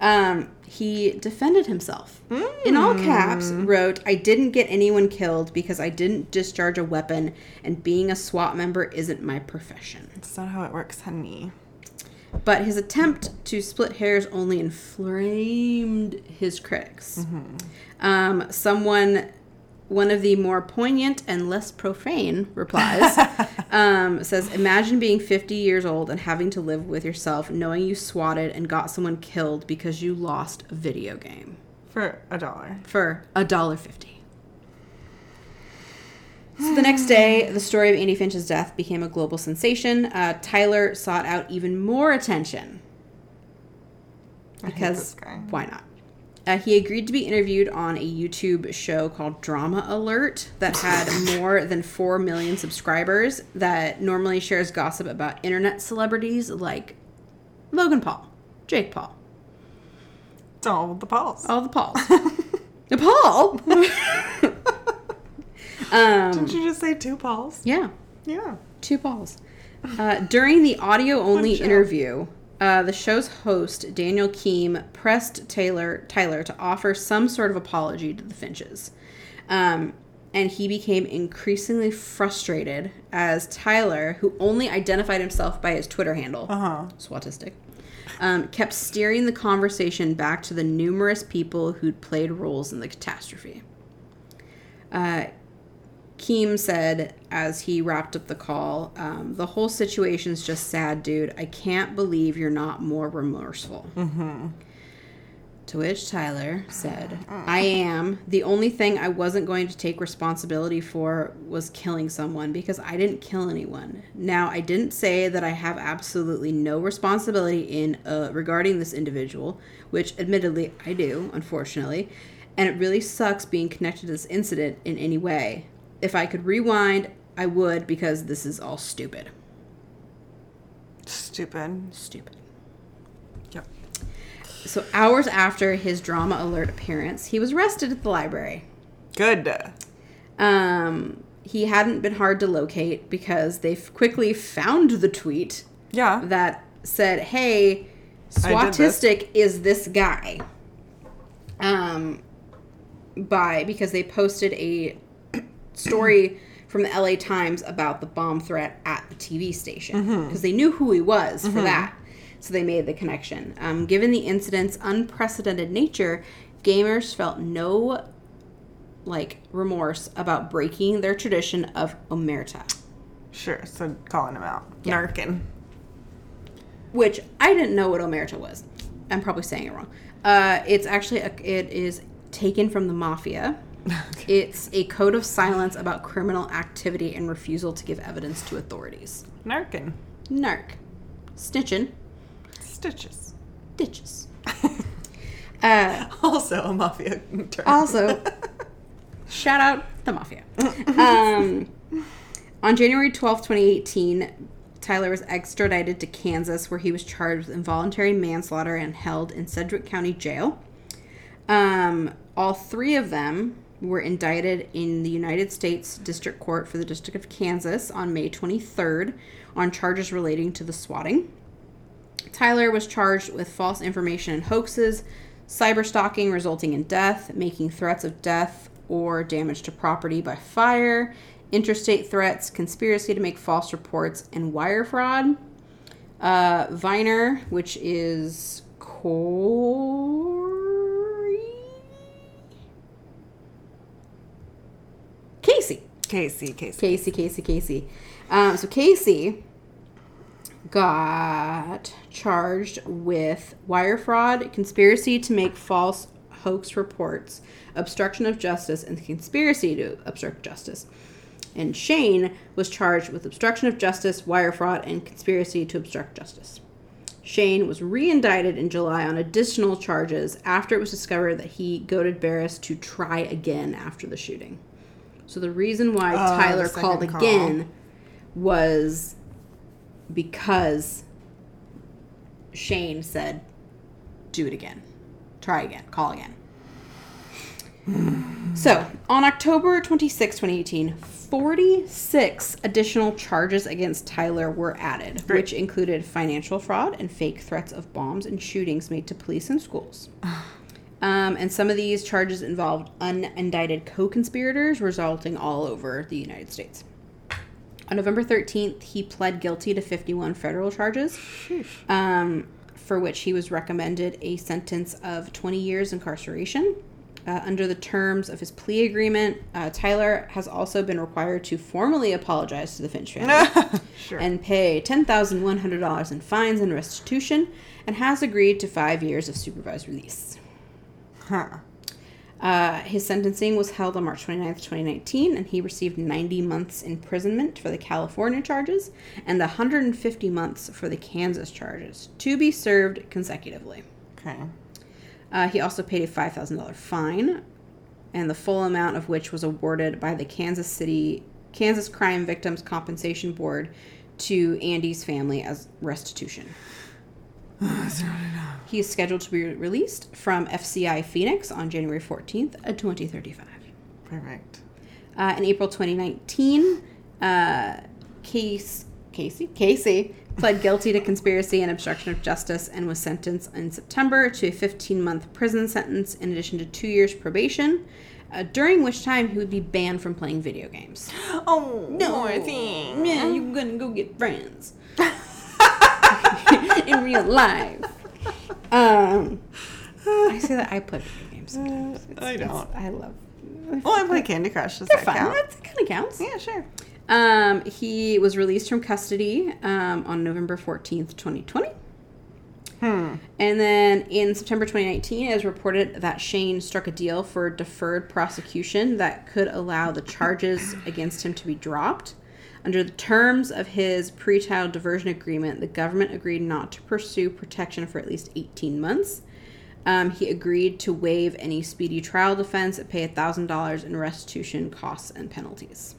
A: Um, he defended himself. In all caps, wrote, I didn't get anyone killed because I didn't discharge a weapon, and being a SWAT member isn't my profession.
B: That's not how it works, honey.
A: But his attempt to split hairs only inflamed his critics. Um, someone, one of the more poignant and less profane replies, um, says, Imagine being 50 years old and having to live with yourself, knowing you swatted and got someone killed because you lost a video game
B: For a dollar.
A: for a dollar fifty. So the next day, the story of Andy Finch's death became a global sensation. Uh, Tyler sought out even more attention
B: I hate
A: because
B: this guy.
A: why not? Uh, he agreed to be interviewed on a YouTube show called Drama Alert that had more than 4 million subscribers that normally shares gossip about internet celebrities like Logan Paul, Jake Paul,
B: It's all the balls.
A: all the Pauls. the Paul? um,
B: Didn't you just say two balls?
A: yeah.
B: Yeah.
A: Two balls. Uh, during the audio only
B: One shot.
A: interview, uh, the show's host, Daniel Keem, pressed Taylor Tyler to offer some sort of apology to the Finches. Um, and he became increasingly frustrated as Tyler, who only identified himself by his Twitter handle,
B: Uh-huh.
A: Swatistic, um, kept steering the conversation back to the numerous people who'd played roles in the catastrophe. Uh, Keem said as he wrapped up the call, um, the whole situation's just sad, dude. I can't believe you're not more remorseful. Mm-hmm. To which Tyler said, I am. The only thing I wasn't going to take responsibility for was killing someone because I didn't kill anyone. Now, I didn't say that I have absolutely no responsibility in uh, regarding this individual, which admittedly I do, unfortunately and it really sucks being connected to this incident in any way. If I could rewind, I would because this is all stupid.
B: Stupid.
A: Stupid.
B: Yep.
A: So, hours after his drama alert appearance, he was arrested at the library.
B: Good.
A: Um, he hadn't been hard to locate because they f- quickly found the tweet
B: Yeah.
A: that said, "Hey,
B: I did this.
A: Swatistic is this guy." Um, by because they posted a story from the LA Times about the bomb threat at the TV station because
B: Mm-hmm.
A: they knew who he was for that, so they made the connection. Um, given the incident's unprecedented nature, gamers felt no like remorse about breaking their tradition of omerta.
B: Sure. So calling him out.
A: Yeah.
B: Narkin.
A: which I didn't know what omerta was. I'm probably saying it wrong. Uh, it's actually a, it is taken from the mafia. It's a code of silence about criminal activity and refusal to give evidence to authorities.
B: Narkin.
A: Narc, snitching,
B: Stitches.
A: ditches. Uh,
B: Also a mafia term.
A: Also, shout out the mafia. Um, on January twelfth, 2018, Tyler was extradited to Kansas, where he was charged with involuntary manslaughter and held in Sedgwick County Jail. Um, all three of them were indicted in the United States District Court for the District of Kansas on May 23rd on charges relating to the swatting. Tyler was charged with false information and hoaxes, cyber stalking resulting in death, making threats of death or damage to property by fire, interstate threats, conspiracy to make false reports, and wire fraud. Uh, Viner, which is Corey Casey.
B: Casey. Casey.
A: Casey, Casey, Casey. Um, so Casey got charged with wire fraud, conspiracy to make false hoax reports, obstruction of justice, and conspiracy to obstruct justice. And Shane was charged with obstruction of justice, wire fraud, and conspiracy to obstruct justice. Shane was reindicted in July on additional charges after it was discovered that he goaded Barris to try again after the shooting. So the reason why
B: Oh, the
A: Tyler
B: second
A: called
B: call.
A: again was because Shane said, "Do it again, try again, call again." So, on October 26, 2018, 46 additional charges against Tyler were added,
B: Great.
A: which included financial fraud and fake threats of bombs and shootings made to police and schools. Um, and some of these charges involved unindicted co conspirators, resulting all over the United States. On November 13th, he pled guilty to 51 federal charges, um, for which he was recommended a sentence of 20 years incarceration. Uh, under the terms of his plea agreement, uh, Tyler has also been required to formally apologize to the Finch family
B: sure.
A: and pay $10,100 in fines and restitution, and has agreed to five years of supervised release.
B: Huh.
A: Uh, his sentencing was held on March 29th, 2019, and he received 90 months imprisonment for the California charges and 150 months for the Kansas charges, to be served consecutively.
B: Okay.
A: Uh, he also paid a $5,000 fine, and the full amount of which was awarded by the Kansas City Kansas Crime Victims Compensation Board to Andy's family as restitution. He is scheduled to be released from FCI Phoenix on January uh, 14th of 2035.
B: Perfect.
A: Uh, in April 2019, uh, Case, Casey Casey pled guilty to conspiracy and obstruction of justice and was sentenced in September to a 15-month prison sentence in addition to two years probation, uh, during which time he would be banned from playing video games.
B: Oh
A: I
B: think.
A: Yeah, you're gonna go get friends in real life. Um, I say that I play video games sometimes.
B: Uh, I don't.
A: I love.
B: Well, I play Candy Crush. Does
A: They're
B: that
A: fun.
B: count?
A: That kind of counts.
B: Yeah, sure.
A: Um, he was released from custody um, on November 14th, 2020.
B: Hmm.
A: And then in September 2019, it was reported that Shane struck a deal for deferred prosecution that could allow the charges against him to be dropped. Under the terms of his pretrial diversion agreement, the government agreed not to pursue protection for at least 18 months. Um, he agreed to waive any speedy trial defense and pay $1,000 in restitution costs and penalties.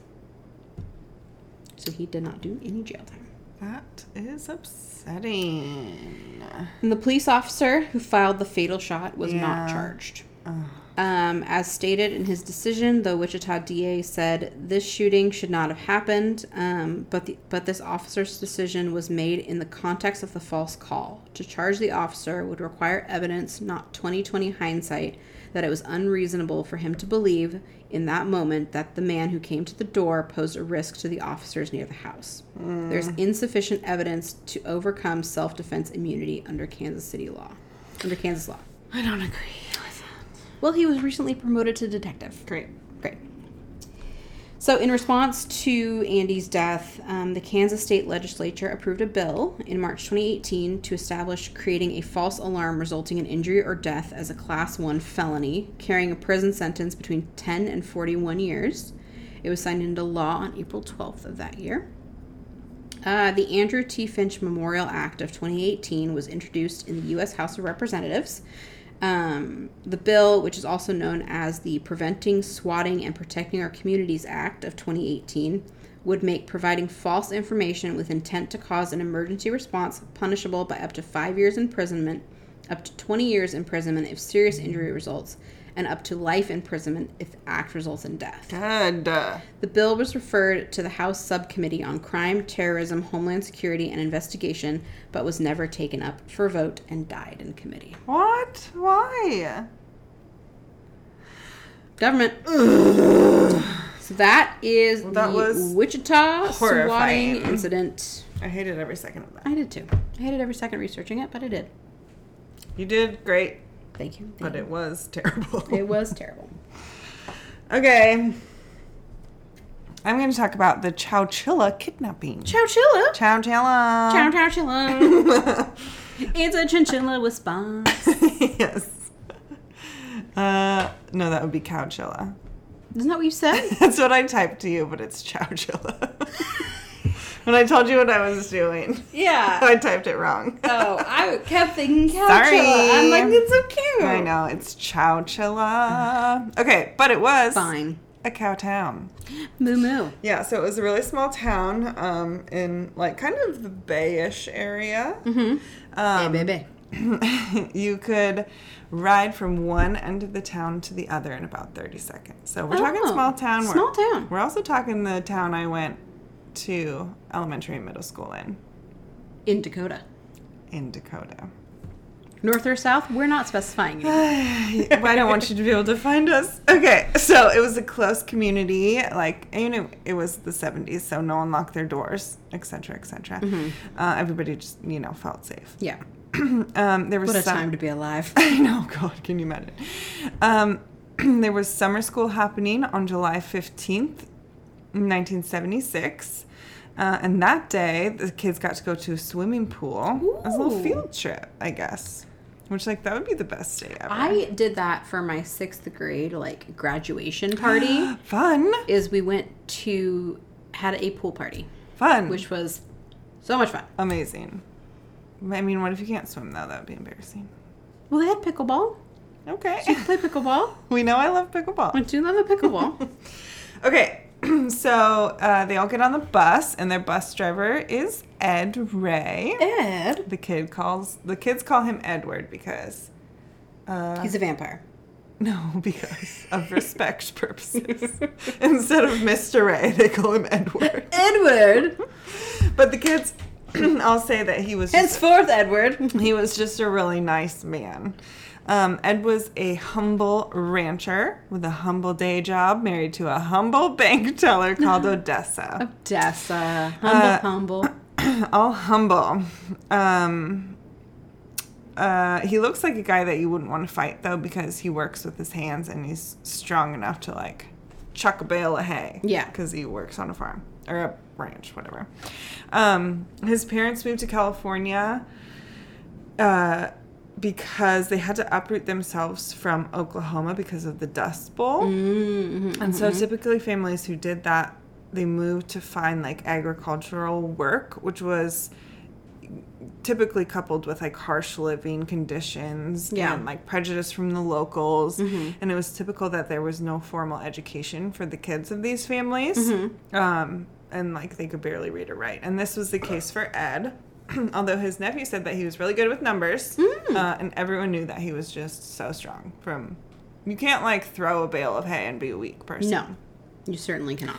A: So he did not do any jail time.
B: That is upsetting.
A: And the police officer who fired the fatal shot was not
B: Yeah.
A: charged.
B: Ugh.
A: Um, as stated in his decision, the Wichita DA said this shooting should not have happened, um, but the, but this officer's decision was made in the context of the false call. To charge the officer would require evidence, not 2020 hindsight, that it was unreasonable for him to believe in that moment that the man who came to the door posed a risk to the officers near the house. There's insufficient evidence to overcome self-defense immunity under Kansas City law. Under Kansas law.
B: I don't agree with that.
A: Well, he was recently promoted to detective.
B: Great.
A: Great. So, in response to Andy's death, um, the Kansas state legislature approved a bill in March 2018 to establish creating a false alarm resulting in injury or death as a Class 1 felony, carrying a prison sentence between 10 and 41 years. It was signed into law on April 12th of that year. Uh, the Andrew T. Finch Memorial Act of 2018 was introduced in the U.S. House of Representatives. Um, the bill, which is also known as the Preventing, Swatting, and Protecting Our Communities Act of 2018, would make providing false information with intent to cause an emergency response punishable by up to five years imprisonment, up to 20 years imprisonment if serious injury results, and up to life imprisonment if the act results in death.
B: Good.
A: The bill was referred to the House Subcommittee on Crime, Terrorism, Homeland Security, and Investigation, but was never taken up for vote and died in committee.
B: What? Why?
A: Government. So that is
B: Well, that
A: the
B: was
A: Wichita
B: horrifying.
A: swatting incident.
B: I hated every second of that.
A: I did too. I hated every second researching it, but I did.
B: You did great,
A: Thank you.
B: but it
A: Thank
B: was terrible.
A: you. it was terrible.
B: Okay. I'm going to talk about the Chowchilla kidnapping.
A: Chowchilla.
B: Chowchilla.
A: Chow chowchilla. it's a chinchilla with spines.
B: yes. Uh, no, that would be Cowchilla.
A: Isn't that what you said?
B: That's what I typed to you, but it's Chowchilla. when I told you what I was doing,
A: Yeah.
B: I typed it wrong.
A: Oh, I kept thinking chowchilla.
B: Sorry.
A: I'm like, it's so cute.
B: I know, it's Chowchilla. Okay, but it was
A: Fine.
B: a cow town.
A: Moo moo.
B: Yeah, so it was a really small
A: Mm-hmm.
B: town um, in like kind of the bayish area. Um,
A: hey, baby.
B: you could ride from one end of the town to the other in about 30 seconds. So we're talking
A: Oh,
B: small town. We're-
A: small town.
B: We're also talking the town I went to elementary and middle school in,
A: in Dakota.
B: in Dakota.
A: North or south, we're not specifying anything.
B: Well, I don't want you to be able to find us. Okay, so it was a close community. Like, you know, it was the 70s, so no one locked their doors, etc., etc. Uh, everybody just, you know, felt safe.
A: Yeah.
B: Um, there was
A: What a
B: some-
A: time to be alive.
B: I know, God, can you imagine? Um, there was summer school happening on July 15th, 1976. Uh, and that day, the kids got to go to a swimming pool as a little
A: Ooh.
B: field trip, I guess. Which, like, that would be the best day ever.
A: I did that for my sixth grade like graduation party.
B: fun,
A: is we went to had a pool party,
B: fun,
A: which was so much fun.
B: amazing. I mean, what if you can't swim though? That would be embarrassing.
A: Well, they had pickleball.
B: Okay,
A: Play pickleball.
B: we know I love pickleball.
A: I do love a pickleball.
B: Okay, so uh, they all get on the bus, and their bus driver is Ed Ray.
A: Ed,
B: The kid calls the kids call him Edward because uh,
A: he's a vampire.
B: no, because of respect purposes. Instead of Mr. Ray, they call him Edward.
A: Edward,
B: But the kids all say that he was just,
A: henceforth, Edward.
B: he was just a really nice man. Um, Ed was a humble rancher with a humble day job, married to a humble bank teller called Odessa.
A: Odessa, humble, humble.
B: all humble. Um, uh, he looks like a guy that you wouldn't want to fight though, because he works with his hands and he's strong enough to like chuck a bale of hay.
A: Yeah.
B: because he works on a farm or a ranch, whatever. Um, his parents moved to California. Uh, because they had to uproot themselves from Oklahoma because of the Dust Bowl. And so typically families who did that, they moved to find like agricultural work, which was typically coupled with like harsh living conditions
A: Yeah.
B: and like prejudice from the locals.
A: Mm-hmm.
B: And it was typical that there was no formal education for the kids of these families.
A: Mm-hmm.
B: Um, and like they could barely read or write. And this was the case for Ed. Although his nephew said that he was really good with numbers,
A: Mm.
B: uh, and everyone knew that he was just so strong. From you can't like throw a bale of hay and be a weak person.
A: No, you certainly cannot.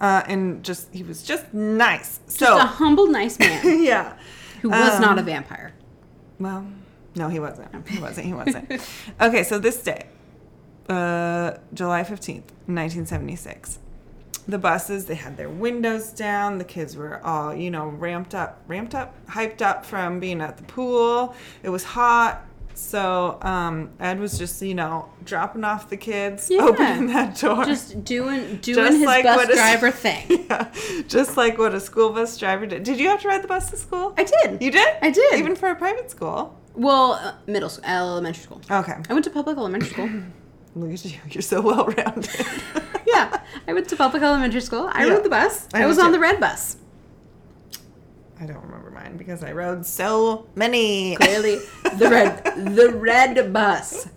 B: uh, and just he was just nice.
A: Just a
B: So
A: humble, nice man
B: yeah,
A: who was
B: Um,
A: not a vampire.
B: Well, no, he wasn't. He wasn't. He wasn't. okay, so this day, uh, July 15th, 1976, the buses, they had their windows down. The kids were all, you know, ramped up, ramped up, hyped up from being at the pool. It was hot. So um, Ed was just, you know, dropping off the kids,
A: Yeah.
B: opening that door.
A: Just doing doing
B: Just
A: his
B: like
A: bus
B: what is-
A: driver thing.
B: Yeah, just like what a school bus driver did. Did you have to ride the bus to school?
A: I did.
B: You did?
A: I did.
B: Even for a private school.
A: well, uh, middle school, elementary school.
B: Okay.
A: I went to public elementary school.
B: Look at you. You're so well rounded.
A: yeah, I went to public elementary school. I
B: Yeah.
A: rode the bus.
B: I
A: I, was
B: did
A: on
B: too.
A: the red bus.
B: I don't remember mine because I rode so many.
A: Clearly, the red the red bus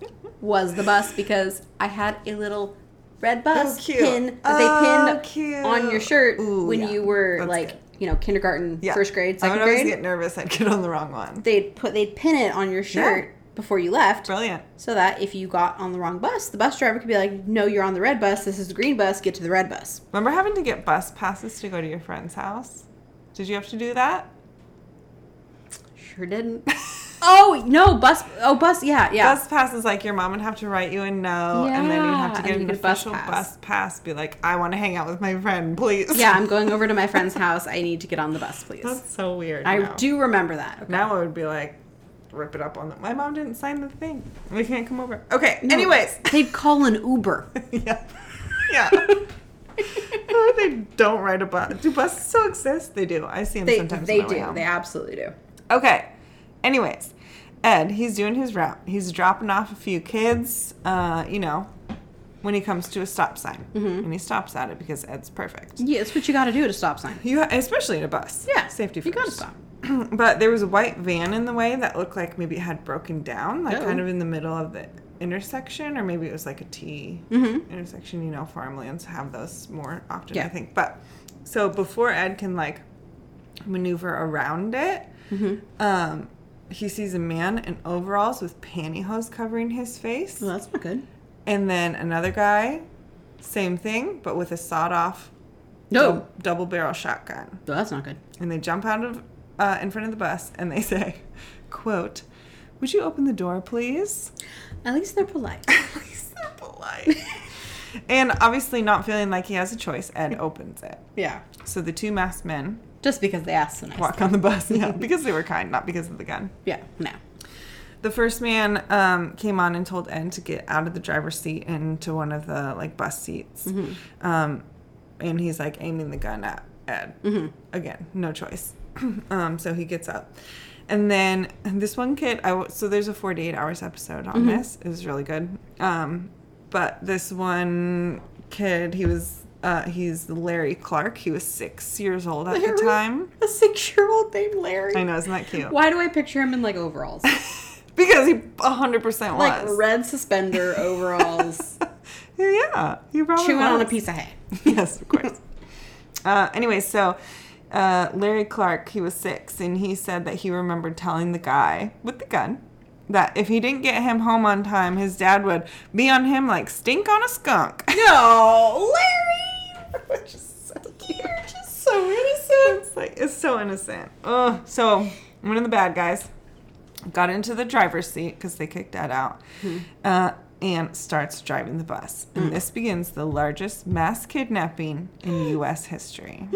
A: was the bus because I had a little red bus
B: Oh, cute.
A: pin that
B: Oh,
A: they pinned
B: cute.
A: on your shirt
B: Ooh,
A: when
B: yeah.
A: you were
B: That's
A: like,
B: good.
A: you know, kindergarten,
B: Yeah.
A: first grade,
B: I
A: second
B: would always
A: grade.
B: get nervous. I'd get on the wrong one.
A: They'd put they'd pin it on your shirt before you left.
B: Brilliant.
A: So that if you got on the wrong bus, the bus driver could be like, "No, you're on the red bus. This is the green bus. Get to the red bus."
B: Remember having to get bus passes to go to your friend's house? Did you have to do that?
A: Sure didn't. oh no, bus. Oh bus. Yeah, yeah.
B: Bus passes like your mom would have to write you a note, and then you'd have to
A: Yeah,
B: get
A: and you
B: an
A: get a bus
B: official bus
A: pass.
B: pass. Be like, I want to hang out with my friend, please.
A: Yeah, I'm going over to my friend's house. I need to get on the bus, please.
B: that's so weird.
A: I
B: now.
A: do remember that.
B: Now I would be like, rip it up on the. My mom didn't sign the thing. We can't come over. Okay.
A: No,
B: Anyways.
A: they'd call an Uber.
B: yeah. Yeah. Oh, they don't ride a bus. Do buses still exist? They do. I see them
A: They,
B: sometimes.
A: they
B: on my way
A: do.
B: home.
A: They absolutely do.
B: Okay. Anyways, Ed, he's doing his route. He's dropping off a few kids, uh, you know, when he comes to a stop sign.
A: Mm-hmm.
B: And he stops at it because Ed's perfect.
A: Yeah, it's what you got to do at a stop sign.
B: You, especially in a bus.
A: Yeah,
B: Safety first.
A: You got to stop.
B: but there was a white van in the way that looked like maybe it had broken down, like
A: Oh.
B: kind of in the middle of the intersection, or maybe it was like a T intersection. You know, farmlands have those more often, I
A: Mm-hmm. Yeah.
B: think. But
A: Mm-hmm.
B: so before Ed can like maneuver around it, um, he sees a man in overalls with pantyhose covering his face.
A: Well, that's not good.
B: And then another guy, same thing, but with a sawed off
A: No,
B: double barrel shotgun.
A: well, that's not good.
B: And they jump out of uh, in front of the bus and they say, quote, Would you open the door, please?
A: At least they're polite.
B: At least they're polite. and obviously not feeling like he has a choice, Ed opens it.
A: yeah,
B: So the two masked men
A: just because they asked so nice.
B: walk on the bus, yeah, because they were kind, not because of the gun.
A: Yeah, no.
B: The first man um, came on and told Ed to get out of the driver's seat into one of the like bus seats,
A: Mm-hmm.
B: um, and he's like aiming the gun at Ed
A: Mm-hmm.
B: again. No choice. um, so he gets up, and then this one kid. I w- so there's a 48 hours episode
A: Mm-hmm.
B: on this. It was really good. Um, but this one kid, he was uh, he's Larry Clark. He was six years old at
A: Larry?
B: the time.
A: A six-year-old named Larry.
B: I know, isn't that cute?
A: Why do I picture him in like overalls,
B: Because he 100% was
A: like red suspender overalls,
B: Yeah, you probably
A: chewing on a
B: was.
A: piece of hay?
B: Yes, of course. uh, anyway, so uh, Larry Clark, he was six, and he said that he remembered telling the guy with the gun that if he didn't get him home on time, his dad would be on him like stink on a skunk.
A: No, Larry.
B: Which is so cute.
A: Just so innocent.
B: It's like it's so innocent. Ugh. So one of the bad guys got into the driver's seat because they kicked Ed out,
A: Hmm.
B: uh, and starts driving the bus. And this begins the largest mass kidnapping in U.S. history.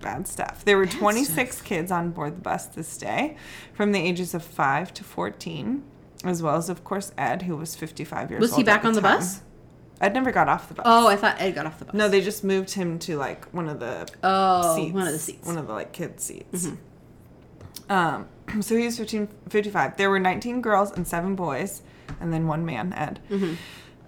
B: Bad stuff. There were 26 kids on board the bus this day, from the ages of five to 14, as well as of course Ed, who was 55 years
A: Was
B: old.
A: he
B: at
A: back on the
B: time.
A: bus?
B: Ed never got off the bus.
A: Oh, I thought Ed got off the bus.
B: No, they just moved him to like one of the
A: Oh,
B: seats,
A: one of the seats. Mm-hmm.
B: one of the like kids seats. Um, so he was 15, 55. There were 19 girls and seven boys, and then one man, Ed.
A: Mm-hmm.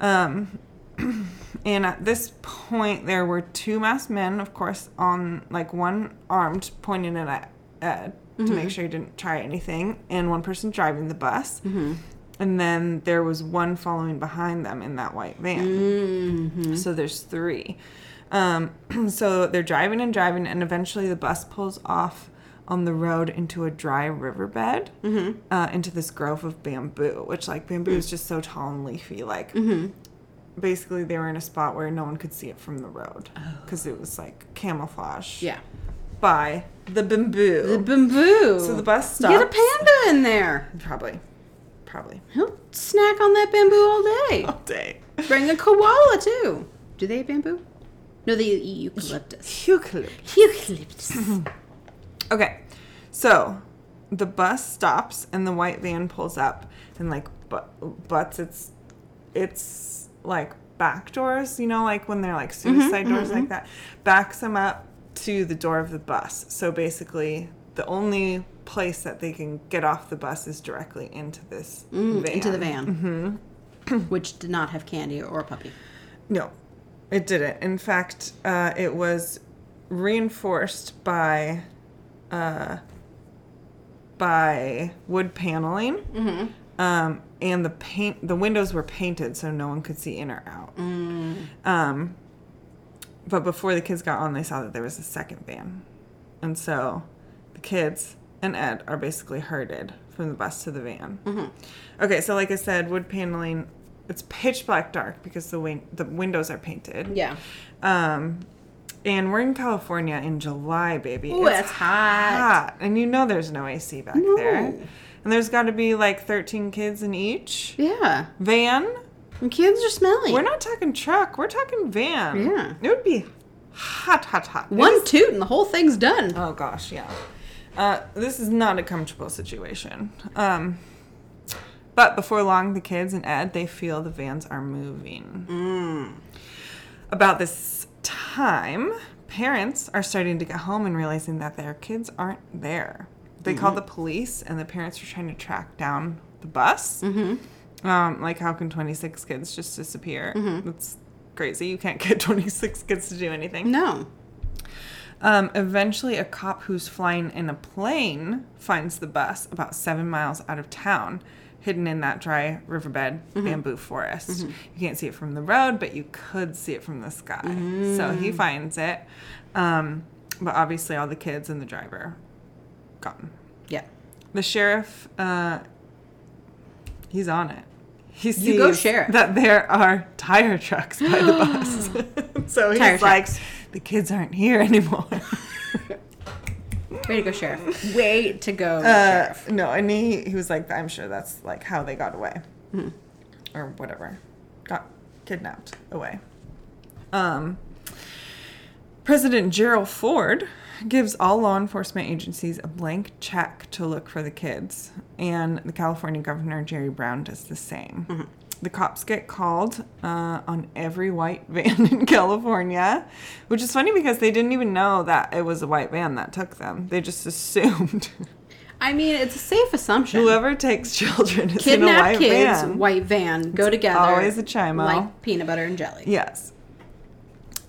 B: Um, and at this point, there were two masked men, of course, on like one armed pointing it at Ed to
A: Mm-hmm.
B: make sure he didn't try anything, and one person driving the bus.
A: Mm-hmm.
B: And then there was one following behind them in that white van.
A: Mm.
B: So there's three. Um, so they're driving and driving, and eventually the bus pulls off on the road into a dry riverbed, uh, into this grove of bamboo, which, like, bamboo is just so tall and leafy. Like, basically, they were in a spot where no one could see it from the road because it was like camouflage
A: Yeah.
B: by the bamboo.
A: The bamboo.
B: so the bus stops.
A: Get a panda in there.
B: Probably. Probably.
A: He'll snack on that bamboo all
B: All day.
A: day. Bring a koala too. Do they eat bamboo? No, they eat eucalyptus.
B: Eucalyptus.
A: Eucalyptus.
B: Okay, so the bus stops and the white van pulls up and like bu- butts its its like back doors, you know, like when they're like suicide doors like that, backs them up to the door of the bus. So basically, the only place that they can get off the bus is directly into this van.
A: Mm, Into the van. Mm-hmm. Which did not have candy or a puppy.
B: No, it didn't. In fact, uh, it was reinforced by uh, by wood paneling,
A: Mm-hmm.
B: um, and the paint. The windows were painted so no one could see in or out.
A: Mm.
B: Um, but before the kids got on, they saw that there was a second van, and so the kids and Ed are basically herded from the bus to the van.
A: Mm-hmm.
B: Okay, so like I said, wood paneling. It's pitch black dark because the win- the windows are painted.
A: Yeah.
B: Um, and we're in California in July, baby.
A: Ooh, it's hot.
B: And you know there's no AC back
A: No.
B: there. And there's got to be like 13 kids in each
A: Yeah.
B: van.
A: And kids are smelly.
B: We're not talking truck, we're talking van.
A: Yeah.
B: It would be hot, hot, hot. It
A: One
B: is-
A: toot and the whole thing's done.
B: Oh gosh, yeah. Uh, this is not a comfortable situation. Um, but before long, the kids and Ed they feel the vans are moving. About this time, parents are starting to get home and realizing that their kids aren't there. They call the police, and the parents are trying to track down the bus. Um, like, how can 26 kids just disappear? That's crazy. You can't get 26 kids to do anything.
A: No.
B: Um, eventually, a cop who's flying in a plane finds the bus about seven miles out of town, hidden in that dry riverbed
A: Mm-hmm.
B: bamboo forest. You can't see it from the road, but you could see it from the sky. So
A: Mm.
B: he finds it. Um, but obviously, all the kids and the driver gone.
A: Yeah.
B: The sheriff, uh, he's on it. He sees
A: You go sheriff.
B: that there are tire trucks by the bus. so he's
A: Tire
B: like, the kids aren't here anymore.
A: Way to go, sheriff. Way to go,
B: Uh,
A: sheriff.
B: no, and he, he was like, I'm sure that's like how they got away. Or whatever. Got kidnapped away. Um, President Gerald Ford gives all law enforcement agencies a blank check to look for the kids, and the California Governor Jerry Brown does the same. The cops get called uh, on every white van in California, which is funny because they didn't even know that it was a white van that took them. They just assumed
A: I mean, it's a safe assumption.
B: whoever takes children is in a
A: Kidnap
B: white
A: kids,
B: van.
A: white van, go together.
B: always a chimo.
A: Like peanut butter and jelly.
B: Yes.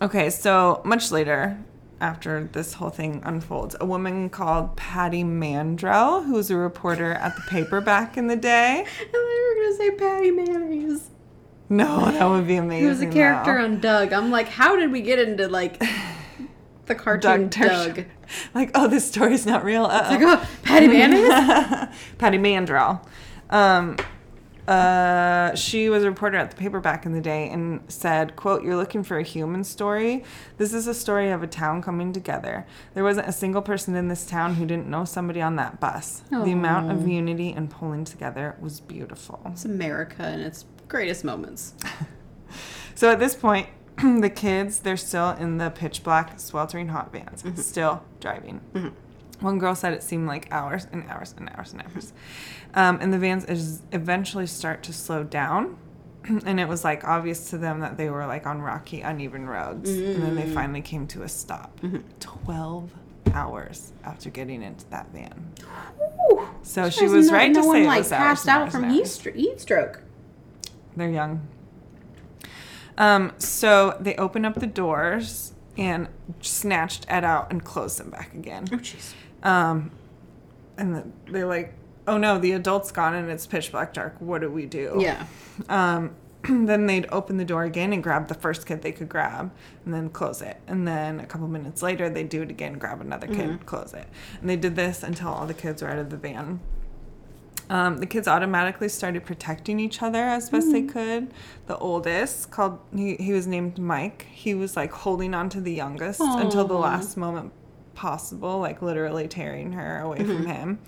B: Okay, so much later, after this whole thing unfolds, a woman called Patty Mandrell, who was a reporter at the paper back in the day.
A: I thought you were gonna say Patty Mayonnaise.
B: No, that would be amazing.
A: He was a character
B: though.
A: on Doug. I'm like, how did we get into like the cartoon
B: Doug.
A: Doug?
B: Tersh- Like, oh, this story's not real. Uh-oh.
A: Like, oh, Patty Mayonnaise.
B: Patty Mandrell. Um, uh, she was a reporter at the paper back in the day and said, quote, you're looking for a human story. This is a story of a town coming together. There wasn't a single person in this town who didn't know somebody on that bus. The amount of unity and pulling together was beautiful.
A: it's America in its greatest moments.
B: So at this point, the kids, they're still in the pitch black, sweltering hot vans,
A: Mm-hmm.
B: still driving. One girl said it seemed like hours and hours and hours and hours. Um, and the vans is eventually start to slow down. And it was like obvious to them that they were like on rocky, uneven roads. And then
A: Mm.
B: they finally came to a stop
A: Mm-hmm.
B: 12 hours after getting into that van.
A: Whew.
B: So she
A: Surprised
B: was
A: no-
B: right
A: no
B: to
A: one
B: say it
A: like
B: was hours
A: passed
B: and
A: out
B: hours
A: from
B: and hours.
A: heat heat stroke.
B: They're young. Um, so they open up the doors and snatched Ed out and closed them back again.
A: Oh jeez.
B: Um, and the, they're like, "Oh no, the adult's gone and it's pitch black dark. What do we do?"
A: Yeah.
B: Um, then they'd open the door again and grab the first kid they could grab and then close it. And then a couple minutes later, they'd do it again, grab another kid, close it. And they did this until all the kids were out of the van. Um, the kids automatically started protecting each other as best they could. The oldest called, he, he was named Mike. He was like holding on to the youngest until the last moment possible, like literally tearing her away from him.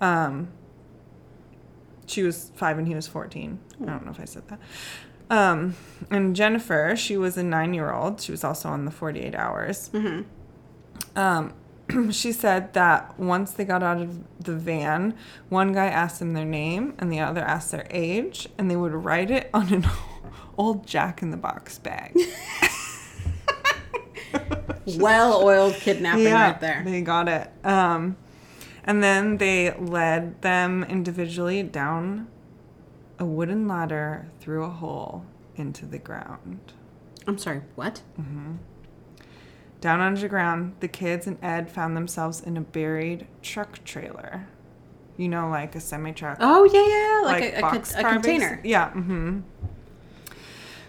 B: Um, she was five and he was 14. I don't know if I said that. Um, and Jennifer, she was a nine year old. She was also on the 48 hours. Um, she said that once they got out of the van, one guy asked them their name and the other asked their age, and they would write it on an old jack in the box bag.
A: Well oiled kidnapping right there.
B: They got it. Um, and then they led them individually down a wooden ladder through a hole into the ground.
A: I'm sorry, what?
B: Down underground, the kids and Ed found themselves in a buried truck trailer. You know, like a semi truck.
A: Oh yeah, yeah, yeah, like, a- a,
B: box
A: con- a,
B: car base-
A: container.
B: Yeah. Mm-hmm.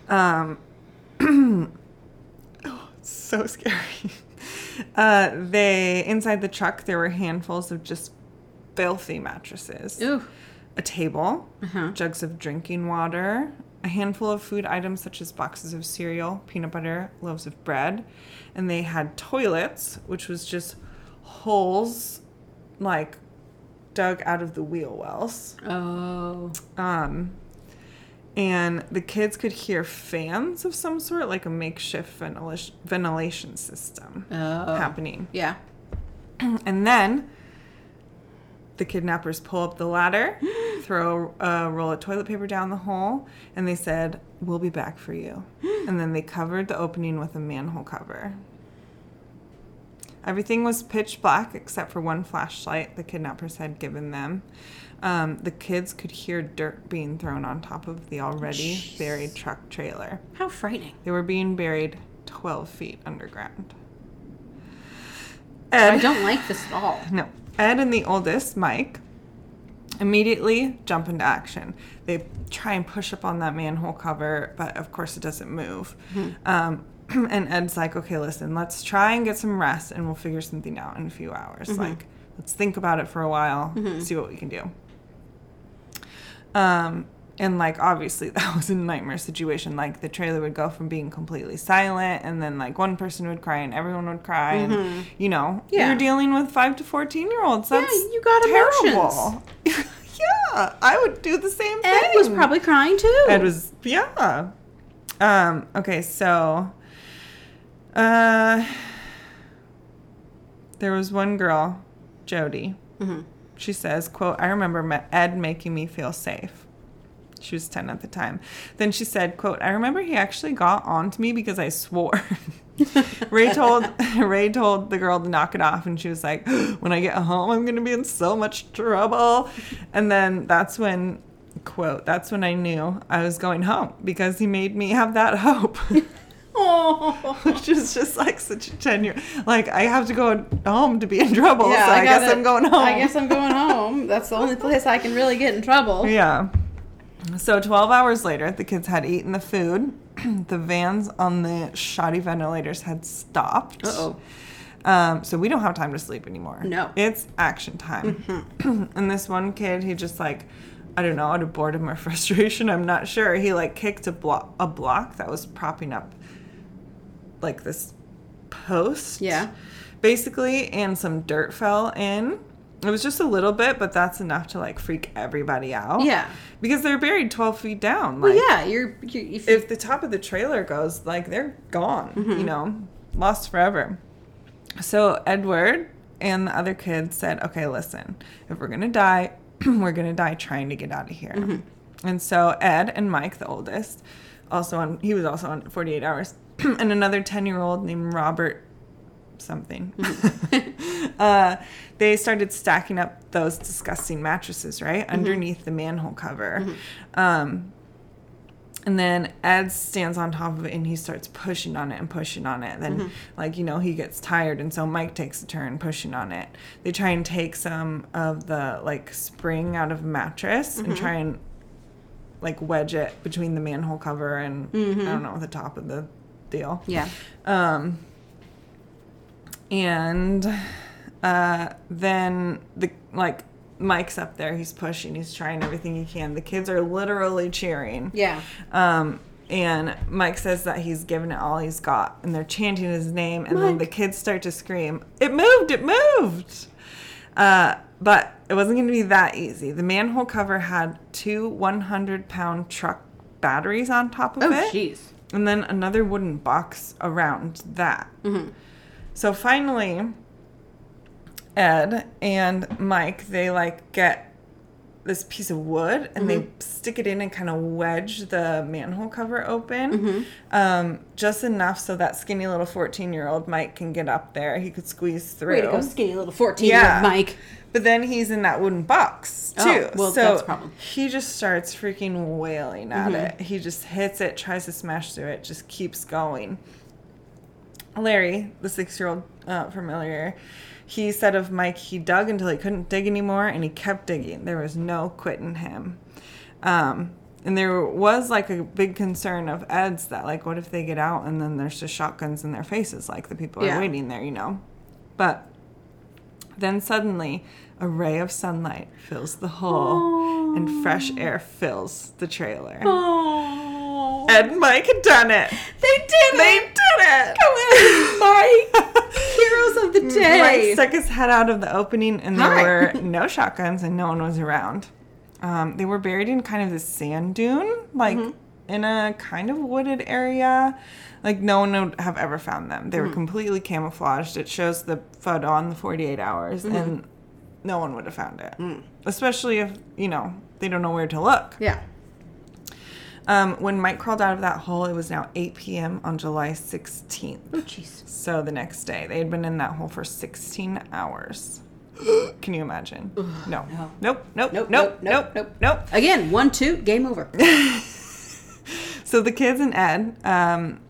B: Um, oh, it's so scary. Uh, they inside the truck there were handfuls of just filthy mattresses,
A: Ooh. Uh-huh.
B: a table, jugs of drinking water, a handful of food items such as boxes of cereal, peanut butter, loaves of bread, and they had toilets, which was just holes like dug out of the wheel wells.
A: Oh.
B: Um, and the kids could hear fans of some sort, like a makeshift ventilation, ventilation system
A: Oh.
B: happening.
A: Yeah.
B: And then the kidnappers pull up the ladder, throw a roll of toilet paper down the hole, and they said, We'll be back for you. And then they covered the opening with a manhole cover. Everything was pitch black except for one flashlight the kidnappers had given them. Um, the kids could hear dirt being thrown on top of the already buried truck trailer.
A: How frightening.
B: They were being buried 12 feet underground.
A: I
B: Ed,
A: don't like this at all.
B: no. Ed and the oldest, Mike, immediately jump into action. They try and push up on that manhole cover, but of course it doesn't move.
A: Mm-hmm.
B: Um,
A: Mm-hmm.
B: and Ed's like, okay, listen, let's try and get some rest and we'll figure something out in a few hours. Like, Let's think about it for a while, see what we can do. Um, and like obviously that was a nightmare situation. Like the trailer would go from being completely silent, and then like one person would cry and everyone would cry, and you know
A: Mm-hmm. Yeah.
B: you're dealing with five to fourteen year olds.
A: Yeah,
B: That's
A: you got
B: terrible. yeah, I would do the same thing.
A: Ed was probably crying too.
B: Ed was yeah. Um, okay, so uh there was one girl, Jody.
A: Mm-hmm.
B: She says, quote, I remember Ma- Ed making me feel safe. She was 10 at the time. Then she said, quote, I remember he actually got on to me because I swore. Ray told Ray told the girl to knock it off and she was like, when I get home I'm going to be in so much trouble. And then that's when quote, that's when I knew I was going home because he made me have that hope.
A: Oh.
B: Which is just like such a 10 year like I have to go home to be in trouble.
A: Yeah,
B: so I, guess
A: gotta-
B: I'm going home.
A: I guess I'm going home. That's the only place I can really get in trouble.
B: Yeah. So 12 hours later, the kids had eaten the food. the vans on the shoddy ventilators had stopped.
A: Uh-oh.
B: Um, so we don't have time to sleep anymore.
A: No. Mm-hmm.
B: It's action time. and this one kid, he just like, I don't know, out of boredom or frustration, I'm not sure. He like kicked a block a block that was propping up like this post.
A: Yeah.
B: Basically, and some dirt fell in. It was just a little bit, but that's enough to like freak everybody out.
A: Yeah.
B: Because they're buried 12 feet down.
A: Well,
B: like,
A: yeah, you're. you if,
B: if the top of the trailer goes, like they're gone, you know, lost forever. So Edward and the other kids said, okay, listen, if we're going to die, we're going to die trying to get out of here. And so Ed and Mike, the oldest, also on, he was also on 48 hours, and another 10 year old named Robert something. uh, they started stacking up those disgusting mattresses, right? Underneath the manhole cover. Um, and then Ed stands on top of it and he starts pushing on it and pushing on it. Then, like, you know, he gets tired. And so Mike takes a turn pushing on it. They try and take some of the, like, spring out of mattress and try and, like, wedge it between the manhole cover and, I don't know, the top of the deal.
A: yeah.
B: Um, and uh, then the like Mike's up there. He's pushing. He's trying everything he can. The kids are literally cheering.
A: Yeah.
B: Um, and Mike says that he's given it all he's got, and they're chanting his name. And then the kids start to scream, "It moved! It moved!" Uh, but it wasn't going to be that easy. The manhole cover had two 100-pound truck batteries on top of
A: Oh,
B: it
A: jeez.
B: and then another wooden box around that.
A: Mm-hmm.
B: So finally, Ed and Mike they like get this piece of wood and they
A: Mm-hmm.
B: stick it in and kind of wedge the manhole cover open
A: Mm-hmm.
B: um, just enough so that skinny little 14 year old Mike can get up there. He could squeeze through.
A: Way to go, skinny little 14
B: Yeah.
A: year old Mike.
B: But then he's in that wooden box
A: Oh,
B: too.
A: well,
B: so
A: that's a problem. Mm-hmm.
B: He just starts freaking wailing at it. He just hits it, tries to smash through it, just keeps going. Larry, the six-year-old uh, from earlier, he said of Mike, he dug until he couldn't dig anymore, and he kept digging. There was no quitting him. Um, and there was like a big concern of Ed's that like, what if they get out and then there's just shotguns in their faces, like the people
A: Yeah.
B: are waiting there, you know? But then suddenly, a ray of sunlight fills the hole, and fresh air fills the trailer.
A: Oh.
B: Ed and Mike had done it.
A: They did
B: They
A: it!
B: did it.
A: Come in, Mike! Heroes of the
B: Mike
A: day!
B: Mm, stuck his head out of the opening, and
A: Hi.
B: there were no shotguns, and no one was around. Um, they were buried in kind of this sand dune, like
A: Mm-hmm.
B: in a kind of wooded area. Like no one would have ever found them.
A: Mm-hmm.
B: They were completely camouflaged. It shows the photo on the 48 hours,
A: Mm-hmm.
B: and no one would have found it,
A: Mm.
B: especially if you know they don't know where to look.
A: yeah.
B: Um, when Mike crawled out of that hole, it was now 8 p.m. on July 16th.
A: Oh, jeez.
B: So the next day, they had been in that hole for 16 hours. Can you imagine? No.
A: No.
B: Nope.
A: Nope,
B: Nope. Nope.
A: nope,
B: Nope. Nope.
A: nope,
B: Nope.
A: Again, one, two, game over.
B: So the kids and Ed, um,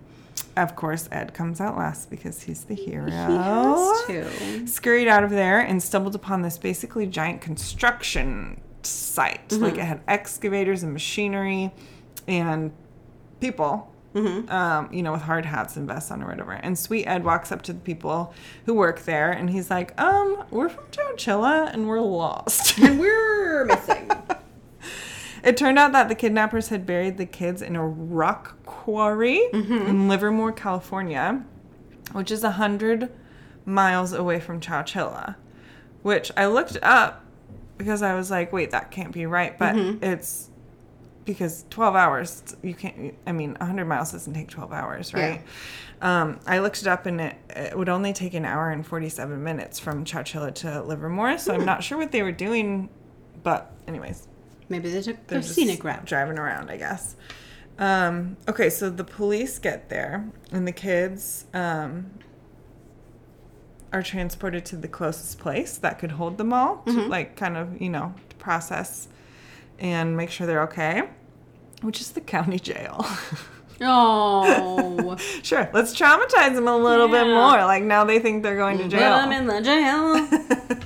B: of course, Ed comes out last because he's the hero.
A: He has to.
B: Scurried out of there and stumbled upon this basically giant construction site. Like it had excavators and machinery and people um, you know, with hard hats and vests on or whatever. And Sweet Ed walks up to the people who work there and he's like, um, we're from Chowchilla and we're lost.
A: And we're missing.
B: It turned out that the kidnappers had buried the kids in a rock quarry in Livermore, California, which is 100 miles away from Chowchilla, which I looked up because I was like, wait, that can't be right. But it's because 12 hours, you can't, I mean, 100 miles doesn't take 12 hours,
A: Yeah.
B: right? Um, I looked it up and it, it would only take an hour and 47 minutes from Chowchilla to Livermore. So I'm not sure what they were doing, but, anyways
A: Maybe they took
B: they're
A: their
B: just
A: scenic route.
B: driving around i guess um, okay so the police get there and the kids um, are transported to the closest place that could hold them all to
A: Mm-hmm.
B: like kind of you know to process and make sure they're okay which is the county jail
A: Oh.
B: sure let's traumatize them a little bit
A: Yeah.
B: more like now they think they're going to
A: Put
B: jail
A: 'em in the jail.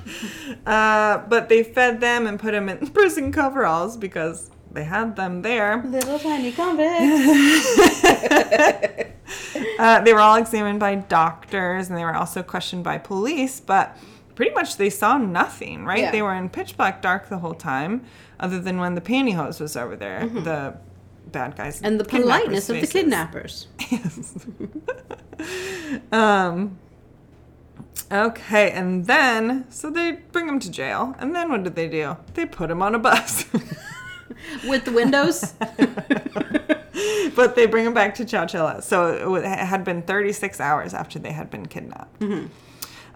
B: uh, but they fed them and put them in prison coveralls because they had them there
A: Little tiny convicts.
B: Uh, they were all examined by doctors and they were also questioned by police, but pretty much they saw nothing, right?
A: Yeah.
B: They were in pitch black dark the whole time, other than when the pantyhose was over there, the bad guys.
A: Mm-hmm. And the
B: kidnappers'
A: politeness of the
B: faces.
A: kidnappers.
B: Um, okay, and then, so they bring him to jail. And then what did they do? They put him on a bus.
A: With the windows.
B: but they bring him back to Chowchilla. So it wa- it had been 36 hours after they had been kidnapped.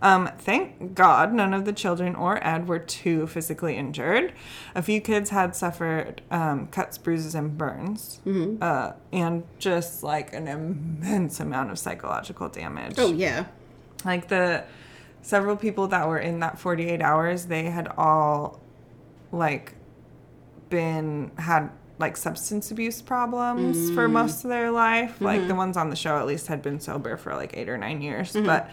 B: Um, thank God, none of the children or Ed were too physically injured. A few kids had suffered um, cuts, bruises, and burns, uh, and just like an immense amount of psychological damage
A: oh, yeah.
B: like the several people that were in that 48 hours they had all like been had like substance abuse problems for most of their life like the ones on the show at least had been sober for like eight or nine years but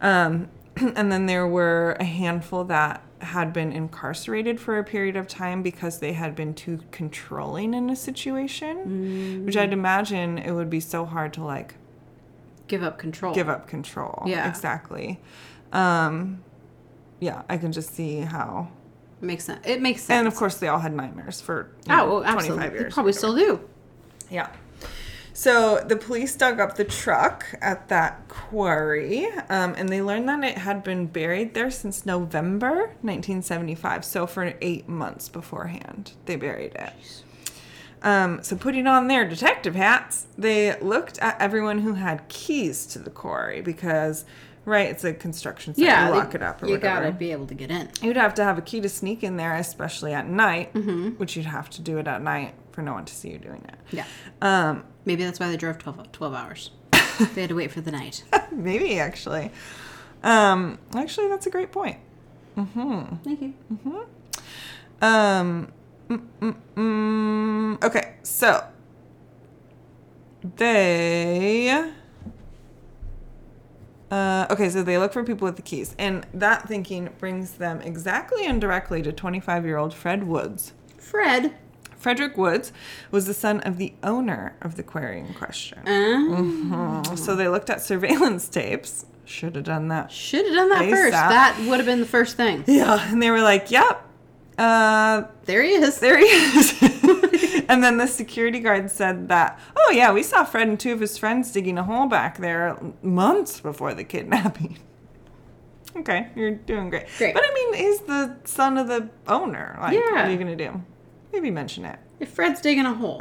B: um and then there were a handful that had been incarcerated for a period of time because they had been too controlling in a situation which i'd imagine it would be so hard to like
A: Give up control.
B: give up control.
A: Yeah.
B: exactly. Um, yeah, I can just see how.
A: Makes sense. It makes sense.
B: And of course, they all had nightmares for you
A: Oh,
B: know,
A: well, absolutely.
B: 25 years.
A: They probably still do.
B: Yeah. So the police dug up the truck at that quarry, um, and they learned that it had been buried there since November 1975. So for eight months beforehand, they buried it. Um, so putting on their detective hats, they looked at everyone who had keys to the quarry because, right, it's a construction site.
A: yeah.
B: you
A: they-
B: lock it up or
A: you
B: whatever.
A: gotta be able to get in.
B: You'd have to have a key to sneak in there, especially at night,
A: Mm-hmm.
B: which you'd have to do it at night for no one to see you doing it.
A: Yeah.
B: Um,
A: Maybe that's why they drove 12, 12 hours. they had to wait for the night.
B: Maybe actually. Um, actually, that's a great point.
A: Thank you.
B: Um, mm, mm, mm, okay, so they. Uh, okay, so they look for people with the keys, and that thinking brings them exactly and directly to 25 year old Fred Woods.
A: Fred.
B: Frederick Woods was the son of the owner of the quarry in question.
A: Uh,
B: Mhm. So they looked at surveillance tapes. Should have done that
A: Should have done that
B: They
A: first.
B: sat-
A: That would have been the first thing.
B: Yeah, and they were like, "Yep, uh,
A: There he is.
B: there he is." and then the security guard said that, "Oh yeah, we saw Fred and two of his friends digging a hole back there months before the kidnapping." Okay, you're doing great.
A: Great.
B: But I mean, he's the son of the owner. Like, what
A: Yeah.
B: are you gonna do? Maybe mention it.
A: If Fred's digging a hole.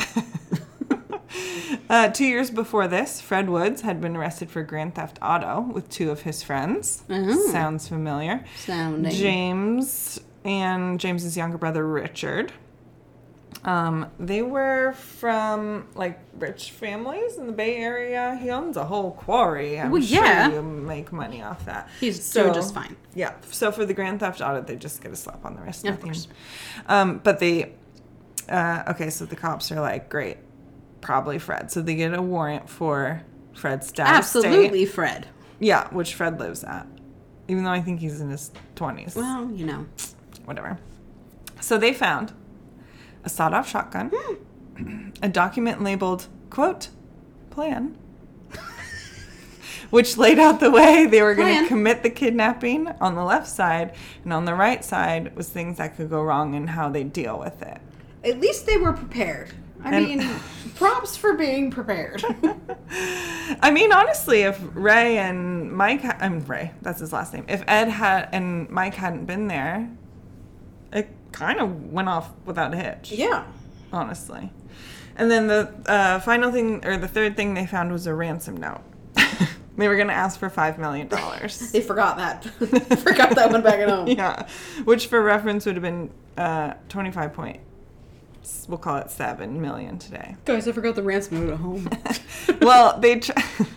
B: Uh, two years before this, Fred Woods had been arrested for grand theft auto with two of his friends.
A: Oh.
B: Sounds familiar.
A: Sounding.
B: James and James's younger brother Richard. Um, they were from like rich families in the Bay Area. He owns a whole quarry. I'm
A: Well, yeah.
B: sure you make money off that.
A: He's doing just fine.
B: Yeah. So for the grand theft audit, they just get a slap on the wrist.
A: Of
B: nothing.
A: course.
B: Um, but they, uh, okay, so the cops are like, great, probably Fred. So they get a warrant for Fred's dad.
A: Absolutely, Fred.
B: Yeah, which Fred lives at, even though I think he's in his twenties
A: Well, you know.
B: whatever. So they found a sawed off shotgun, a document labeled, quote, plan, which laid out the way they were going
A: Plan.
B: to commit the kidnapping on the left side, and on the right side was things that could go wrong and how they deal with it.
A: At least they were prepared. I
B: And-
A: mean, props for being prepared.
B: I mean, honestly, if Ray and Mike, ha- I'm Ray, that's his last name. If Ed had and Mike hadn't been there, it kind of went off without a hitch.
A: yeah.
B: honestly. And then the uh, final thing, or the third thing they found was a ransom note. they were going to ask for $5 million.
A: They forgot that. forgot that one back at home.
B: yeah, which for reference would have been uh, 25 point, we'll call it 7 million today.
A: Guys, I forgot the ransom note at home.
B: well, they tr-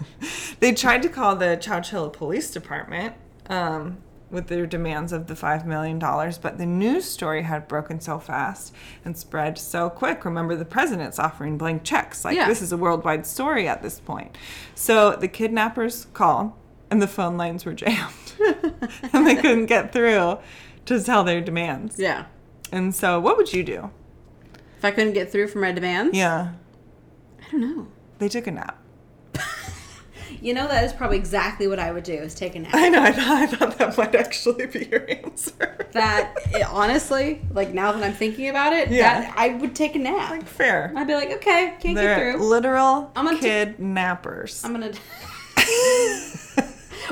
B: they tried to call the Chowchilla Police Department um, with their demands of the five million dollars, but the news story had broken so fast and spread so quick. Remember, the president's offering blank checks. Like
A: Yeah.
B: this is a worldwide story at this point. So the kidnappers called, and the phone lines were jammed, and they couldn't get through to tell their demands.
A: yeah.
B: And so, what would you do?
A: If I couldn't get through for my demands,
B: Yeah,
A: I don't know.
B: they took a nap.
A: You know, that is probably exactly what I would do is take a nap.
B: I know. I thought, I thought that might actually be your answer.
A: that, it, honestly, like now that I'm thinking about it,
B: Yeah.
A: that I would take a nap.
B: Fair.
A: I'd be like, okay, can't
B: They're
A: get through.
B: literal
A: I'm gonna ta-
B: kidnappers.
A: I'm gonna. we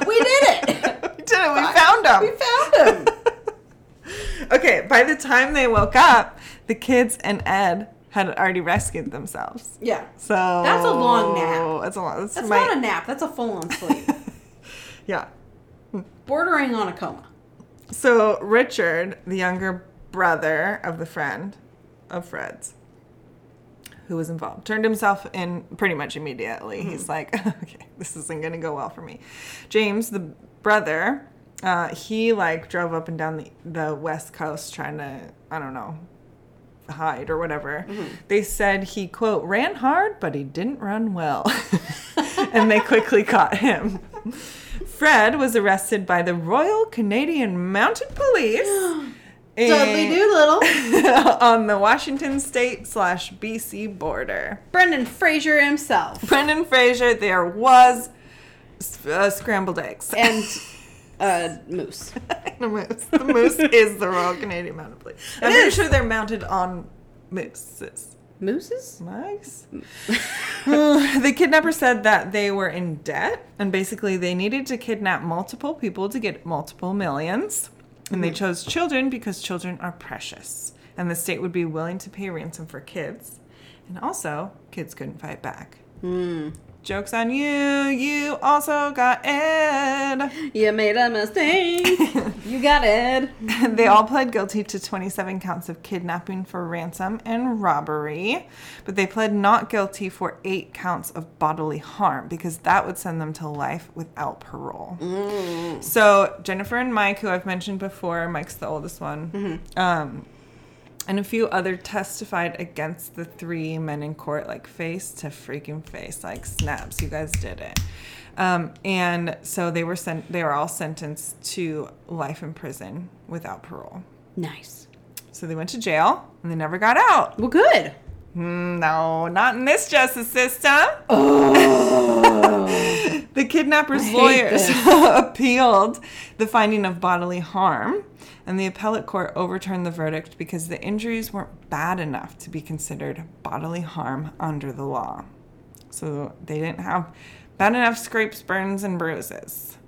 B: we
A: did it.
B: did it. We found them.
A: We found him.
B: okay. By the time they woke up, the kids and Ed had already rescued themselves.
A: yeah.
B: So
A: That's a long nap.
B: That's a long. That's,
A: That's
B: my,
A: not a nap. That's a full-on sleep,
B: yeah.
A: bordering on a coma.
B: So Richard, the younger brother of the friend of Fred's, who was involved, turned himself in pretty much immediately. He's like, okay, this isn't going to go well for me. James, the brother, uh, he like drove up and down the, the west coast trying to, I don't know, hide or whatever. They said he, quote, ran hard, but he didn't run well. and they quickly caught him. Fred was arrested by the Royal Canadian Mounted Police.
A: Dudley
B: in-
A: Doolittle,
B: on the Washington state slash BC border.
A: Brendan Fraser himself,
B: Brendan Fraser, there was s- uh, scrambled eggs.
A: and uh, Moose.
B: And a moose. The moose is the Royal Canadian Mounted Police. I'm pretty sure they're mounted on mooses.
A: Mooses?
B: Nice. Uh, the kidnapper said that they were in debt and basically they needed to kidnap multiple people to get multiple millions. And they chose children because children are precious. And the state would be willing to pay ransom for kids. And also, kids couldn't fight back. Joke's on you. You also got Ed.
A: You made a mistake. you got it.
B: they all pled guilty to 27 counts of kidnapping for ransom and robbery, but they pled not guilty for eight counts of bodily harm because that would send them to life without parole. So Jennifer and Mike, who I've mentioned before, Mike's the oldest one, um, and a few other testified against the three men in court, like face to freaking face, like snaps. You guys did it. Um, and so they were sent. They were all sentenced to life in prison without parole.
A: Nice.
B: So they went to jail and they never got out.
A: Well, good.
B: Mm, No, not in this justice system. the kidnapper's
A: Oh. hate
B: lawyers appealed the finding of bodily harm, and the appellate court overturned the verdict because the injuries weren't bad enough to be considered bodily harm under the law. So they didn't have bad enough scrapes, burns, and bruises.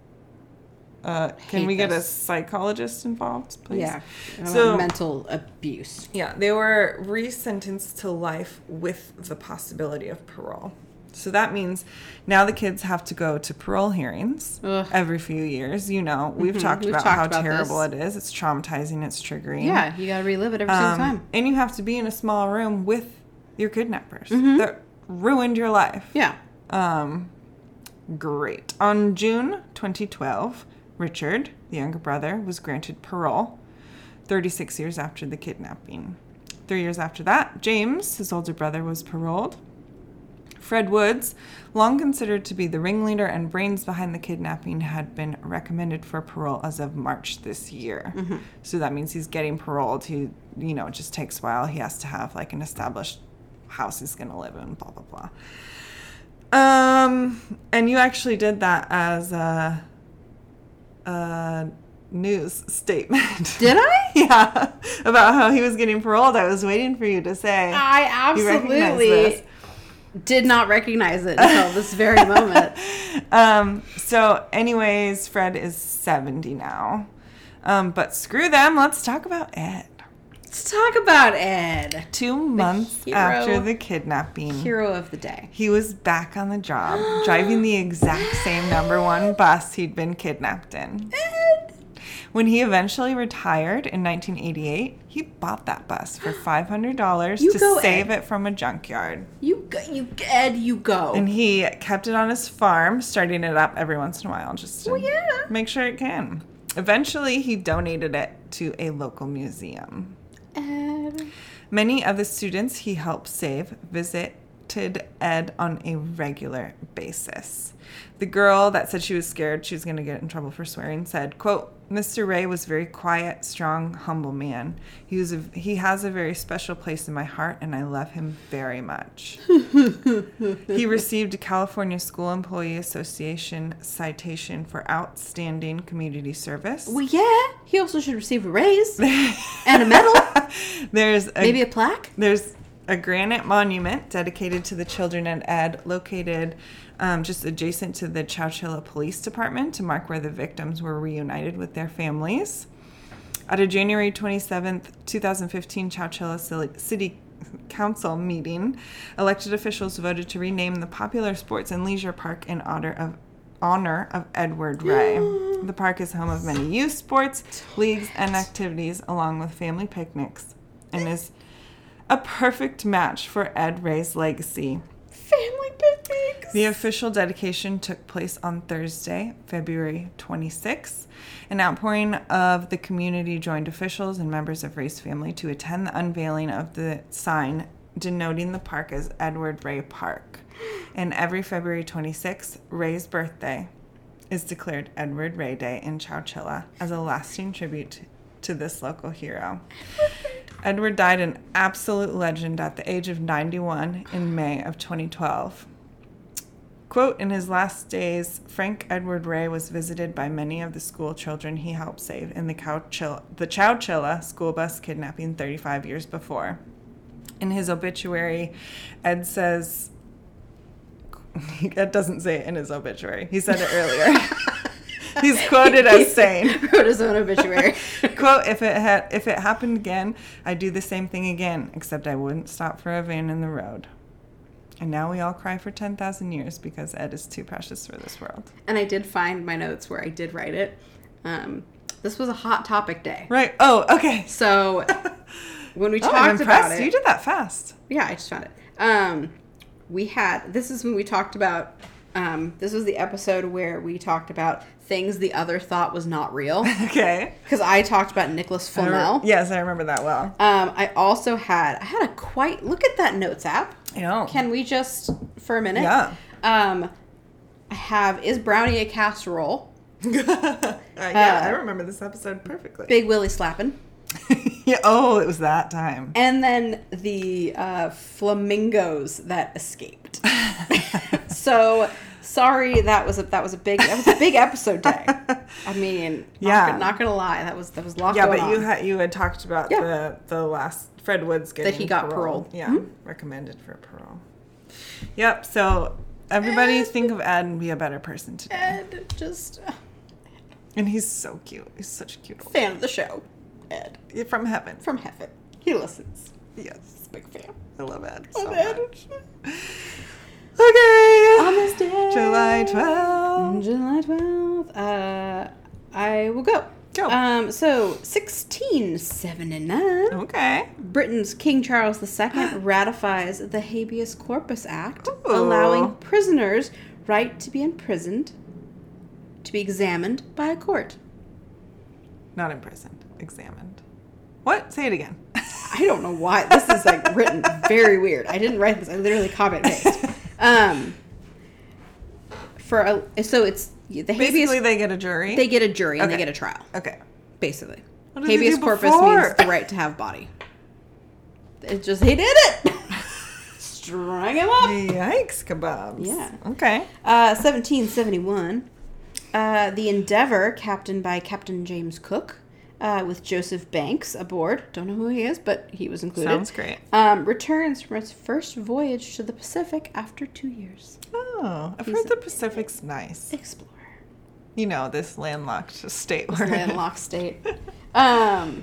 B: Uh, can
A: Hate
B: we get a
A: this.
B: psychologist involved, please?
A: Yeah.
B: So-
A: mental abuse.
B: Yeah, they were resentenced to life with the possibility of parole. So that means now the kids have to go to parole hearings
A: Ugh. Mm-hmm.
B: every few years. You know, we've talked
A: We've
B: about
A: talked
B: how
A: about
B: terrible it is. It's traumatizing, it's triggering.
A: Yeah, you gotta relive it every
B: Um,
A: single time.
B: And you have to be in a small room with your kidnappers
A: Mm-hmm.
B: that ruined your life.
A: Yeah.
B: Um, great. On June 2012, Richard, the younger brother, was granted parole 36 years after the kidnapping. Three years after that, James, his older brother, was paroled. Fred Woods, long considered to be the ringleader and brains behind the kidnapping, had been recommended for parole as of March this year.
A: Mm-hmm.
B: So that means he's getting paroled. He, you know, it just takes a while. He has to have like an established house he's going to live in, blah, blah, blah. Um, and you actually did that as a, a news statement.
A: Did I?
B: yeah, about how he was getting paroled. I was waiting for you to say.
A: I
B: You recognize
A: absolutely
B: this.
A: did not recognize it until this very moment.
B: Um, so, anyways, Fred is 70 now. Um, but screw them. Let's talk about Ed.
A: Let's talk about Ed,
B: Two months
A: hero.
B: after the kidnapping,
A: hero of the day.
B: he was back on the job, driving the exact same number one bus he'd been kidnapped in.
A: Ed!
B: When he eventually retired in 1988, he bought that bus for $500
A: You
B: to
A: go,
B: save it from a junkyard.
A: You go, you Ed, you go.
B: And he kept it on his farm, starting it up every once in a while just to
A: Well, yeah.
B: make sure it can. Eventually, he donated it to a local museum.
A: Ed.
B: Many of the students he helped save visited Ed on a regular basis. The girl that said she was scared she was going to get in trouble for swearing said, quote, Mr. Ray was a very quiet, strong, humble man. He was a, he has a very special place in my heart and I love him very much. he received a California School Employee Association citation for outstanding community service.
A: Well, yeah. He also should receive a raise and a medal,
B: There's a
A: maybe a plaque.
B: There's a granite monument dedicated to the children at Ed, located um, just adjacent to the Chowchilla Police Department to mark where the victims were reunited with their families. At a January 27th, 2015 Chowchilla Cili- City Council meeting, elected officials voted to rename the popular sports and leisure park in honor of honor of Edward Ray. the park is home of many youth sports, leagues, and activities along with family picnics and is a perfect match for Ed Ray's legacy.
A: Family picnics.
B: The official dedication took place on Thursday, February 26. An outpouring of the community joined officials and members of Ray's family to attend the unveiling of the sign denoting the park as Edward Ray Park. And every February 26, Ray's birthday is declared Edward Ray Day in Chowchilla as a lasting tribute to this local hero. Edward died an absolute legend at the age of 91 in May of 2012. Quote In his last days, Frank Edward Ray was visited by many of the school children he helped save in the, Chowchilla, the Chowchilla school bus kidnapping 35 years before. In his obituary, Ed says, Ed doesn't say it in his obituary. He said it earlier. He's quoted as saying,
A: Wrote his own obituary.
B: Quote, if it had if it happened again, I'd do the same thing again, except I wouldn't stop for a van in the road. And now we all cry for ten thousand years because Ed is too precious for this world.
A: and I did find my notes where I did write it. Um, this was a hot topic day.
B: Right. Oh, okay.
A: So when we
B: Oh,
A: talked
B: I'm
A: about
B: impressed.
A: it,
B: You did that fast.
A: yeah, I just found it. Um, we had this is when we talked about. Um, this was the episode where we talked about things the other thought was not real
B: Okay.
A: because I talked about Nicholas
B: I re-
A: Flamel.
B: Yes, I remember that well.
A: Um, I also had I had a quite look at that notes app.
B: You know.
A: Can we just for a minute?
B: Yeah.
A: Um, I have is brownie a casserole?
B: uh, yeah, I remember this episode perfectly.
A: Big Willie slapping.
B: yeah, oh, it was that time.
A: And then the uh, flamingos that escaped. so sorry, that was a that was a big that was a big episode day. I mean, yeah,
B: Yeah.
A: not, gonna lie, that was that was a lot.
B: Yeah,
A: going
B: but you
A: on.
B: had you had talked about
A: Yeah.
B: the the last Fred Woods getting
A: he got paroled. Mm-hmm.
B: Yeah, recommended for parole. Yep. So everybody think of Ed and be a better person today.
A: Ed, just uh, a
B: And he's so cute. He's such a cute old
A: fan of the show. Ed
B: from heaven.
A: from Heaven, he listens.
B: Yes,
A: Big fan.
B: I love Ed.
A: Love
B: so
A: Ed.
B: much. Okay.
A: On this day,
B: July twelfth.
A: July 12th. Uh, I will go.
B: Go.
A: Um, so 1679.
B: Okay.
A: Britain's King Charles II ratifies the Habeas Corpus Act,
B: Ooh.
A: allowing prisoners right to be imprisoned, to be examined by a court.
B: Not imprisoned. Examined. What? Say it again.
A: I don't know why this is like written very weird. I didn't write this. I literally copied and pasted. Um, for a, so it's the habeas.
B: Basically, they get a jury.
A: they get a jury and
B: Okay.
A: they get a trial,
B: okay.
A: basically.
B: What did he
A: Habeas
B: do
A: corpus
B: before?
A: means the right to have body. It just he did it. String him up.
B: Yikes, kebabs.
A: Yeah.
B: Okay.
A: Uh, 1771, uh, the Endeavor, captained by Captain James Cook, uh, with Joseph Banks aboard. Don't know who he is, but he was included.
B: Sounds great.
A: Um, returns from its first voyage to the Pacific after two years.
B: Oh, I've
A: He's
B: heard
A: a-
B: the Pacific's nice.
A: Explorer.
B: You know, this landlocked state where
A: Landlocked state. Um,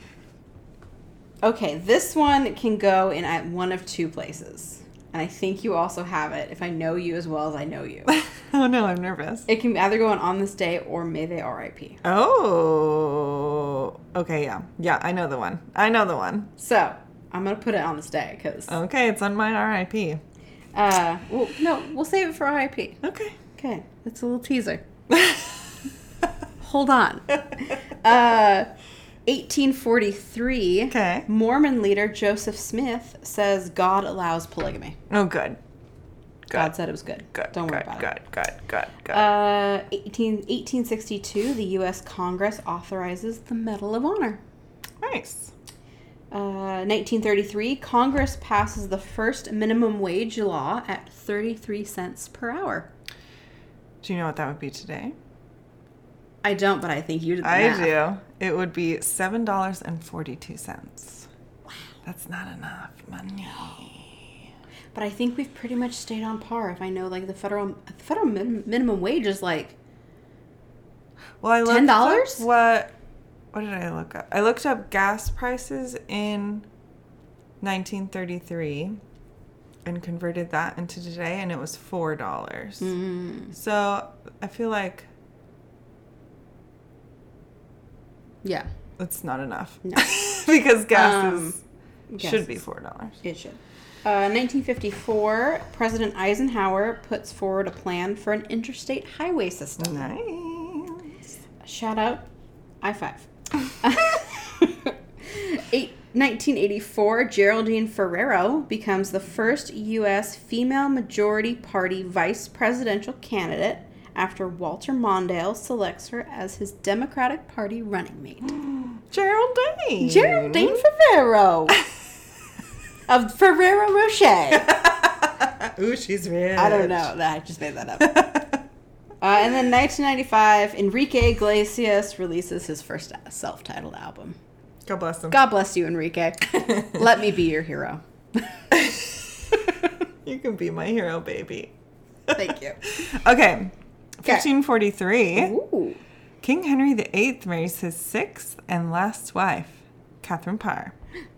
A: okay, this one can go in at one of two places. And I think you also have it if I know you as well as I know you.
B: oh no, I'm nervous.
A: It can either go on on this day or may they RIP.
B: Oh. Okay, yeah. Yeah, I know the one. I know the one.
A: So I'm gonna put it on this day because
B: Okay, it's on my RIP.
A: uh, well, no, we'll save it for RIP.
B: Okay.
A: Okay, that's a little teaser. Hold on. Uh, 1843.
B: Okay.
A: Mormon leader Joseph Smith says God allows polygamy.
B: Oh, good.
A: God
B: Good.
A: said it was good.
B: Good.
A: Don't worry
B: good,
A: about it.
B: good, Good. Good. Good.
A: Uh, 18, 1862, the U.S. Congress authorizes the Medal of Honor.
B: nice.
A: Uh, 1933, Congress passes the first minimum wage law at 33 cents per hour.
B: Do you know what that would be today?
A: I don't, but I think you did the
B: I
A: math.
B: do. It would be seven dollars and forty-two cents. That's not enough money.
A: But I think we've pretty much stayed on par. If I know, like the federal the federal min- minimum wage is like
B: Well, I looked
A: $10?
B: up What? What did I look up? I looked up gas prices in 1933 and converted that into today, and it was four dollars.
A: Mm.
B: So I feel like
A: yeah,
B: that's not enough
A: No.
B: because gas
A: Um,
B: is,
A: gas
B: should be
A: is-
B: four dollars.
A: it should. Uh, 1954, President Eisenhower puts forward a plan for an interstate highway system.
B: Nice.
A: Shout out, I five. Eight, 1984, Geraldine Ferrero becomes the first U.S. female majority party vice presidential candidate after Walter Mondale selects her as his Democratic Party running mate.
B: Geraldine.
A: Geraldine Ferrero of Ferrero Rocher.
B: Uh, Ooh, she's rich.
A: I don't know. Nah, I just made that up. Uh, and then 1995, Enrique Iglesias releases his first self-titled album.
B: God bless him.
A: God bless you, Enrique. Let me be your hero.
B: You can be my hero, baby.
A: Thank you.
B: Okay. 1543.
A: Ooh.
B: King Henry VIII marries his sixth and last wife, Catherine Parr.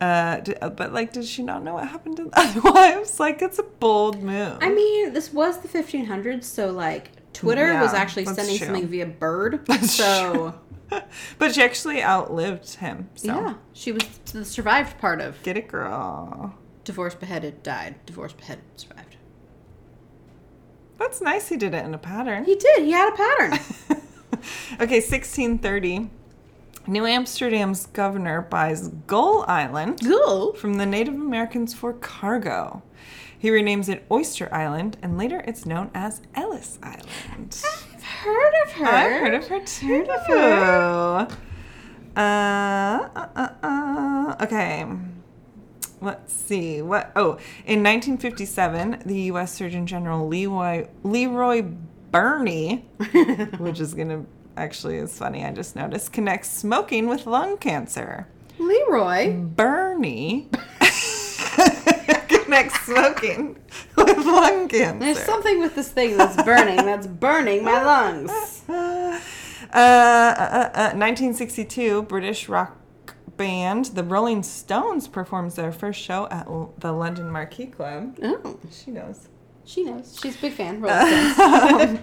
B: Uh, d- uh, but like, did she not know what happened to the other wives? Like, it's a bold move.
A: I mean, this was the 1500s, so like Twitter
B: Yeah,
A: was actually
B: that's
A: sending
B: true.
A: something via bird.
B: That's
A: so
B: but she actually outlived him. So
A: yeah, she was the survived part of
B: get it, girl.
A: divorced, beheaded, died, divorced, beheaded, survived.
B: That's nice. He did it in a pattern.
A: He did. He had a pattern.
B: okay, 1630. New Amsterdam's governor buys Gull Island
A: cool.
B: from the Native Americans for cargo. He renames it Oyster Island, and later it's known as Ellis Island.
A: I've heard of her.
B: I've heard of her too.
A: Heard of her.
B: Uh, uh, uh, uh, okay. Let's see. What? Oh, in 1957, the U.S. Surgeon General Leroy Leroy Burney, which is gonna actually is funny. I just noticed connects smoking with lung cancer.
A: Leroy.
B: Mm, Bernie connects smoking with lung
A: There's
B: cancer.
A: something with this thing that's burning. that's burning my lungs.
B: Uh, uh, uh, uh, 1962, British rock band The Rolling Stones performs their first show at L- the London Marquee Club.
A: Oh,
B: She knows.
A: she knows. She's a big fan. Rolling Stones.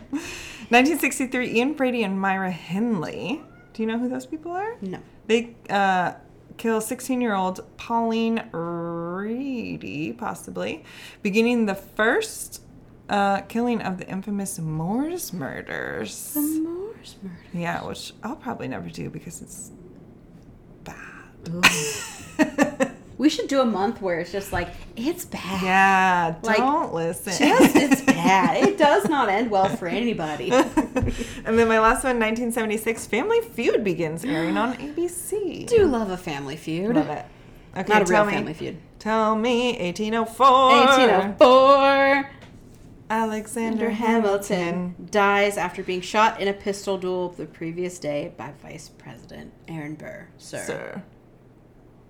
B: 1963, Ian Brady and Myra Henley. Do you know who those people are?
A: No.
B: They uh, kill 16 year old Pauline Reedy, possibly, beginning the first uh, killing of the infamous Moore's murders.
A: The Moore's murder.
B: Yeah, which I'll probably never do because it's
A: We should do a month where it's just like it's bad.
B: yeah.
A: Like,
B: don't listen.
A: Just it's bad. It does not end well for anybody.
B: and then my last one, 1976, Family Feud begins airing on ABC.
A: do love a family feud.
B: Love it. Okay,
A: Not a
B: tell
A: real
B: me.
A: family feud.
B: Tell me, 1804.
A: 1804.
B: Alexander
A: Alexander
B: Hamilton.
A: Hamilton dies after being shot in a pistol duel the previous day by Vice President Aaron Burr. Sir.
B: Sir.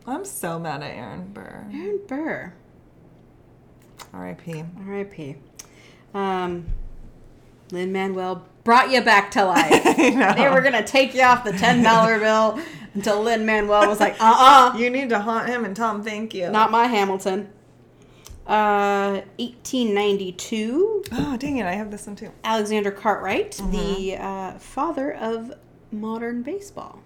B: I'm so mad at Aaron Burr.
A: Aaron Burr.
B: R.I.P.
A: R.I.P. Um, Lin Manuel brought you back to life.
B: I know.
A: they were going to take you off the $10 bill until Lin Manuel was like, uh uh
B: You need to haunt him and tell him thank you.
A: not my Hamilton. Uh, 1892,
B: Oh, dang it. I have this one too.
A: Alexander Cartwright,
B: Mm-hmm.
A: the uh, father of modern baseball.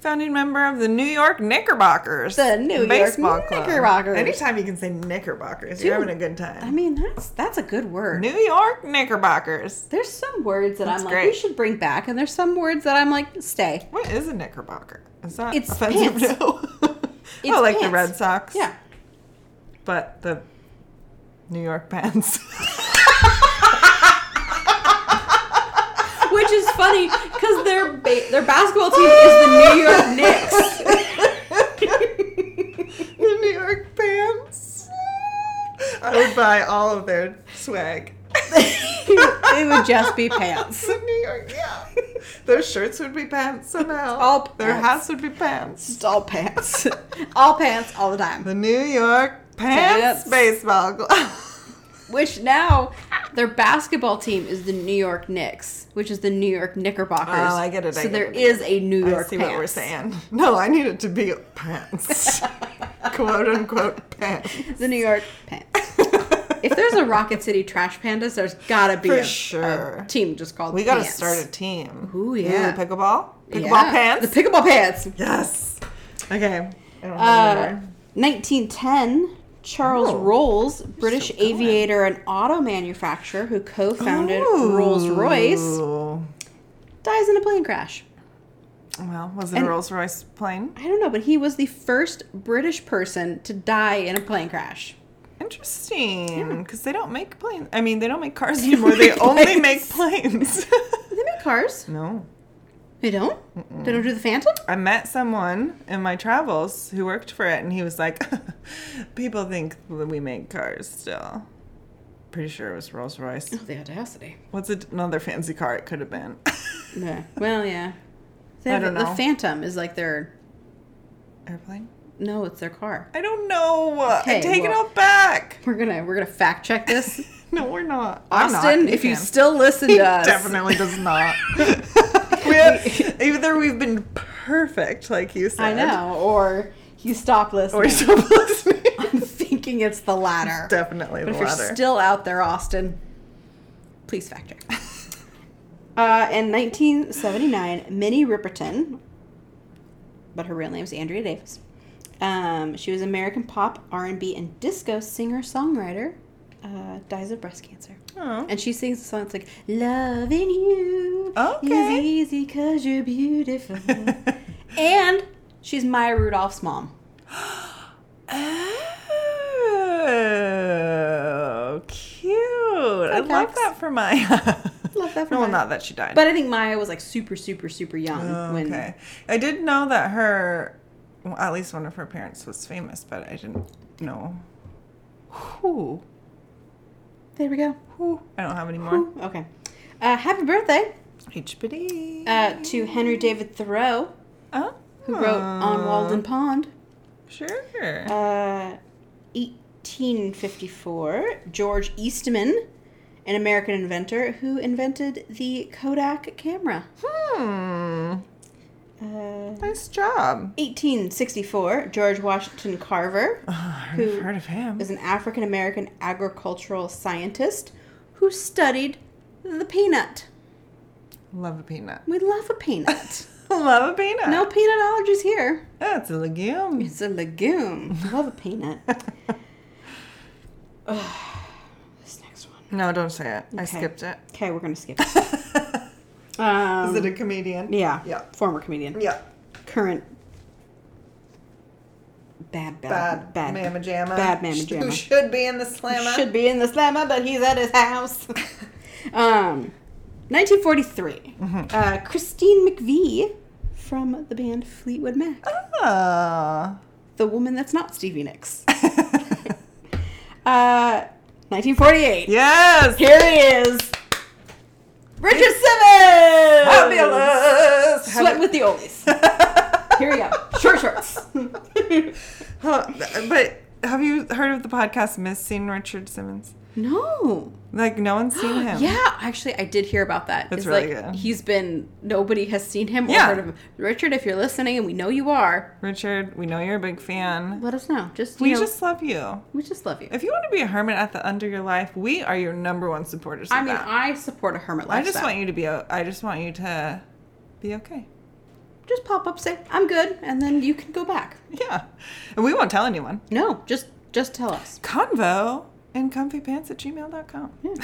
B: Founding member of the New York Knickerbockers.
A: The New York
B: Club.
A: Knickerbockers.
B: Anytime you can say Knickerbockers, you're
A: Dude,
B: having a good time.
A: I mean, that's that's a good word.
B: New York Knickerbockers.
A: There's some words that
B: That's
A: I'm
B: great.
A: like, we should bring back, and there's some words that I'm like, stay.
B: What is a Knickerbocker? Is that
A: It's
B: offensive?
A: pants.
B: No.
A: It's
B: oh, like the
A: pants.
B: Red Sox.
A: Yeah.
B: But the New York pants.
A: Which is funny because their ba- their basketball team is the New York Knicks.
B: the New York pants. I would buy all of their swag.
A: it would just be pants.
B: The New York, yeah. Their shirts would be pants somehow.
A: All
B: Their
A: pants.
B: hats would be pants.
A: Just all pants. all pants all the time.
B: The New York pants,
A: Pants.
B: baseball glove.
A: Which now their basketball team is the New York Knicks, which is the New York Knickerbockers.
B: Oh, I get it,
A: So
B: I get
A: there
B: it.
A: is a New
B: I
A: York
B: see
A: pants.
B: what we're saying. No, I need it to be pants. Quote unquote pants.
A: The New York pants. if there's a Rocket City Trash Pandas, there's gotta be
B: For
A: a,
B: sure.
A: a team just called.
B: We gotta
A: Pants.
B: start a team.
A: Ooh, yeah.
B: pickleball? Pickleball
A: Yeah.
B: pants?
A: The pickleball pants.
B: yes. Okay. I don't know
A: Uh,
B: where.
A: 1910, Charles
B: Oh,
A: Rolls, British
B: still going.
A: aviator and auto manufacturer who co founded Rolls Royce,
B: Ooh.
A: dies in a plane crash.
B: Well, was it
A: And-
B: a Rolls Royce plane?
A: I don't know, but he was the first British person to die in a plane crash.
B: Interesting. Because they don't make planes. I mean, they don't make cars anymore. They only make planes.
A: Do they make cars?
B: no.
A: They don't? They don't do the Phantom?
B: I met someone in my travels who worked for it, and he was like, "People think that we make cars still." Pretty sure it was Rolls Royce.
A: Oh, the audacity.
B: What's it, another fancy car it could have been?
A: Yeah. Well, yeah. They
B: I
A: have,
B: don't know.
A: The Phantom is like their.
B: Airplane?
A: No, it's their car.
B: I don't know. I
A: Okay,
B: take it
A: well-
B: all back.
A: We're gonna we're gonna fact check this.
B: No, we're not. I'm not.
A: Austin, if you
B: can.
A: still listen
B: He
A: to us,
B: definitely does not. we have, either we've been perfect, like you said,
A: I know, or you stop listening.
B: or stop listening.
A: I'm thinking it's the latter.
B: definitely
A: but
B: the
A: if you're
B: latter.
A: still out there, Austin, please fact check. uh, in 1979, Minnie Riperton, but her real name is Andrea Davis. Um, she was American pop, R&B, and disco singer-songwriter. Uh, dies of breast cancer,
B: Oh.
A: and she sings a song that's like "Loving You
B: Okay.
A: is easy 'cause you're beautiful," and she's Maya Rudolph's mom.
B: Oh, cute. I
A: Fun
B: love
A: facts.
B: that for Maya.
A: Love that for
B: no, well,
A: Maya.
B: not that she died.
A: But I think Maya was like super, super, super young
B: Oh,
A: when.
B: okay. I did know that her, well, at least one of her parents was famous, but I didn't know who.
A: There we go.
B: Who? I don't have any more.
A: Okay. Uh, happy birthday
B: HBD.
A: uh, to Henry David Thoreau,
B: oh.
A: who wrote On Walden Pond.
B: Sure.
A: Uh, 1854, George Eastman, an American inventor who invented the Kodak camera.
B: hmm.
A: Uh,
B: Nice job.
A: 1864, George Washington Carver,
B: Oh, I've
A: Who
B: heard of him.
A: is an African American agricultural scientist who studied the peanut.
B: Love a peanut.
A: We love a peanut.
B: Love a peanut.
A: no peanut allergies here.
B: That's a legume.
A: It's a legume. Love a peanut. Ugh. This next one.
B: No, don't say it. I
A: Okay.
B: skipped it.
A: Okay, we're gonna skip. it. Um,
B: Is it a comedian?
A: yeah,
B: Yeah.
A: former comedian,
B: Yeah.
A: current bad,
B: Bad,
A: bad,
B: bad mamma jamma.
A: bad mamma
B: Who
A: jamma.
B: should be in the slammer.
A: Should be in the slammer, but he's at his house. um, 1943. Uh, Christine McVie from the band Fleetwood Mac.
B: Ah.
A: the woman that's not Stevie Nicks. uh, 1948.
B: Yes!
A: Here he is. Richard Simmons!
B: Fabulous!
A: Sweat with the oldies. Here we go. Short shorts.
B: Huh, but have you heard of the podcast Missing Richard Simmons?
A: no.
B: Like, no one's seen him.
A: Yeah, actually, I did hear about that.
B: That's
A: It's
B: really
A: like
B: good.
A: he's been nobody has seen him or
B: Yeah.
A: heard of him. Richard, if you're listening, and we know you are,
B: Richard, we know you're a big fan.
A: let us know. Just you
B: We
A: know,
B: just love you.
A: we just love you.
B: If you want to be a hermit at the end of your life, we are your number one supporters. Of
A: I mean,
B: that.
A: I support a hermit
B: I
A: lifestyle.
B: just want you to be. o- I just want you to be okay.
A: just pop up, say I'm good, and then you can go back.
B: Yeah, and we won't tell anyone.
A: No, just just tell us.
B: Convo and comfypants at gmail.com.
A: Yeah.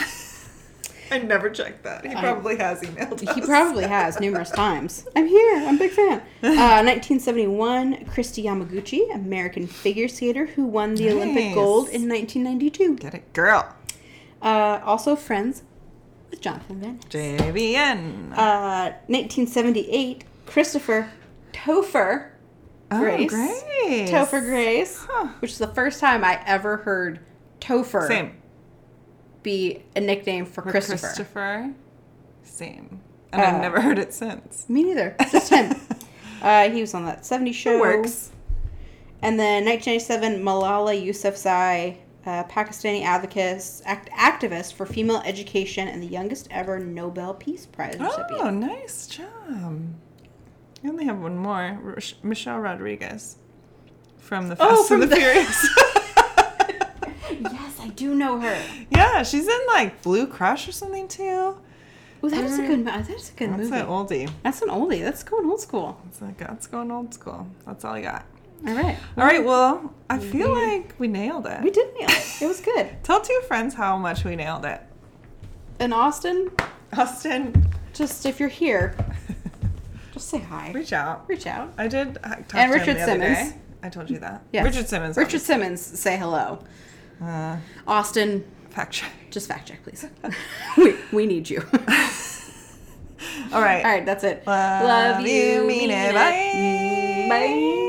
B: I never checked that. He
A: I-
B: probably has emailed
A: He probably has numerous times. I'm here. I'm a big fan. Uh, 1971, Christy Yamaguchi, American figure skater who won the Olympic
B: Nice.
A: gold in 1992.
B: Get it, girl.
A: Uh, also friends with Jonathan Van. Ness.
B: JVN.
A: Uh, 1978, Christopher Topher Grace.
B: Oh, Grace.
A: Topher Grace,
B: Huh.
A: which is the first time I ever heard Topher
B: Same.
A: be a nickname for
B: For
A: Christopher.
B: Christopher. Same. And
A: Uh,
B: I've never heard it since.
A: Me neither. Just him. uh, he was on that 70 show.
B: It works.
A: And then 1997, Malala Yousafzai, uh, Pakistani advocate, act, activist for female education and the youngest ever Nobel Peace Prize
B: Oh,
A: recipient.
B: nice job. I only have one more. Rosh- Michelle Rodriguez from the Fast
A: Oh, from
B: and the,
A: the-
B: Furious.
A: Yes, I do know her.
B: yeah, she's in like Blue Crush or something too.
A: Well, that is a good. mo- That is Mm. a good
B: That's
A: movie.
B: an oldie.
A: That's an oldie. That's going old school.
B: It's like that's going old school. That's all I got.
A: All right,
B: All right. Well, I feel like we nailed
A: we
B: it.
A: did nail it. It was good.
B: Tell two friends how much we nailed it.
A: And Austin,
B: Austin,
A: just if you're here, just say hi.
B: reach out.
A: Reach out.
B: I did uh, talk
A: And
B: to
A: Richard
B: him the other
A: Simmons.
B: day. I told you that.
A: Yes.
B: Richard Simmons.
A: Richard Simmons, say hello.
B: Uh,
A: Austin,
B: fact check.
A: just fact check, please. we, we need you.
B: All right.
A: All right, that's it.
B: Love, you, mean it. Bye.
A: Bye.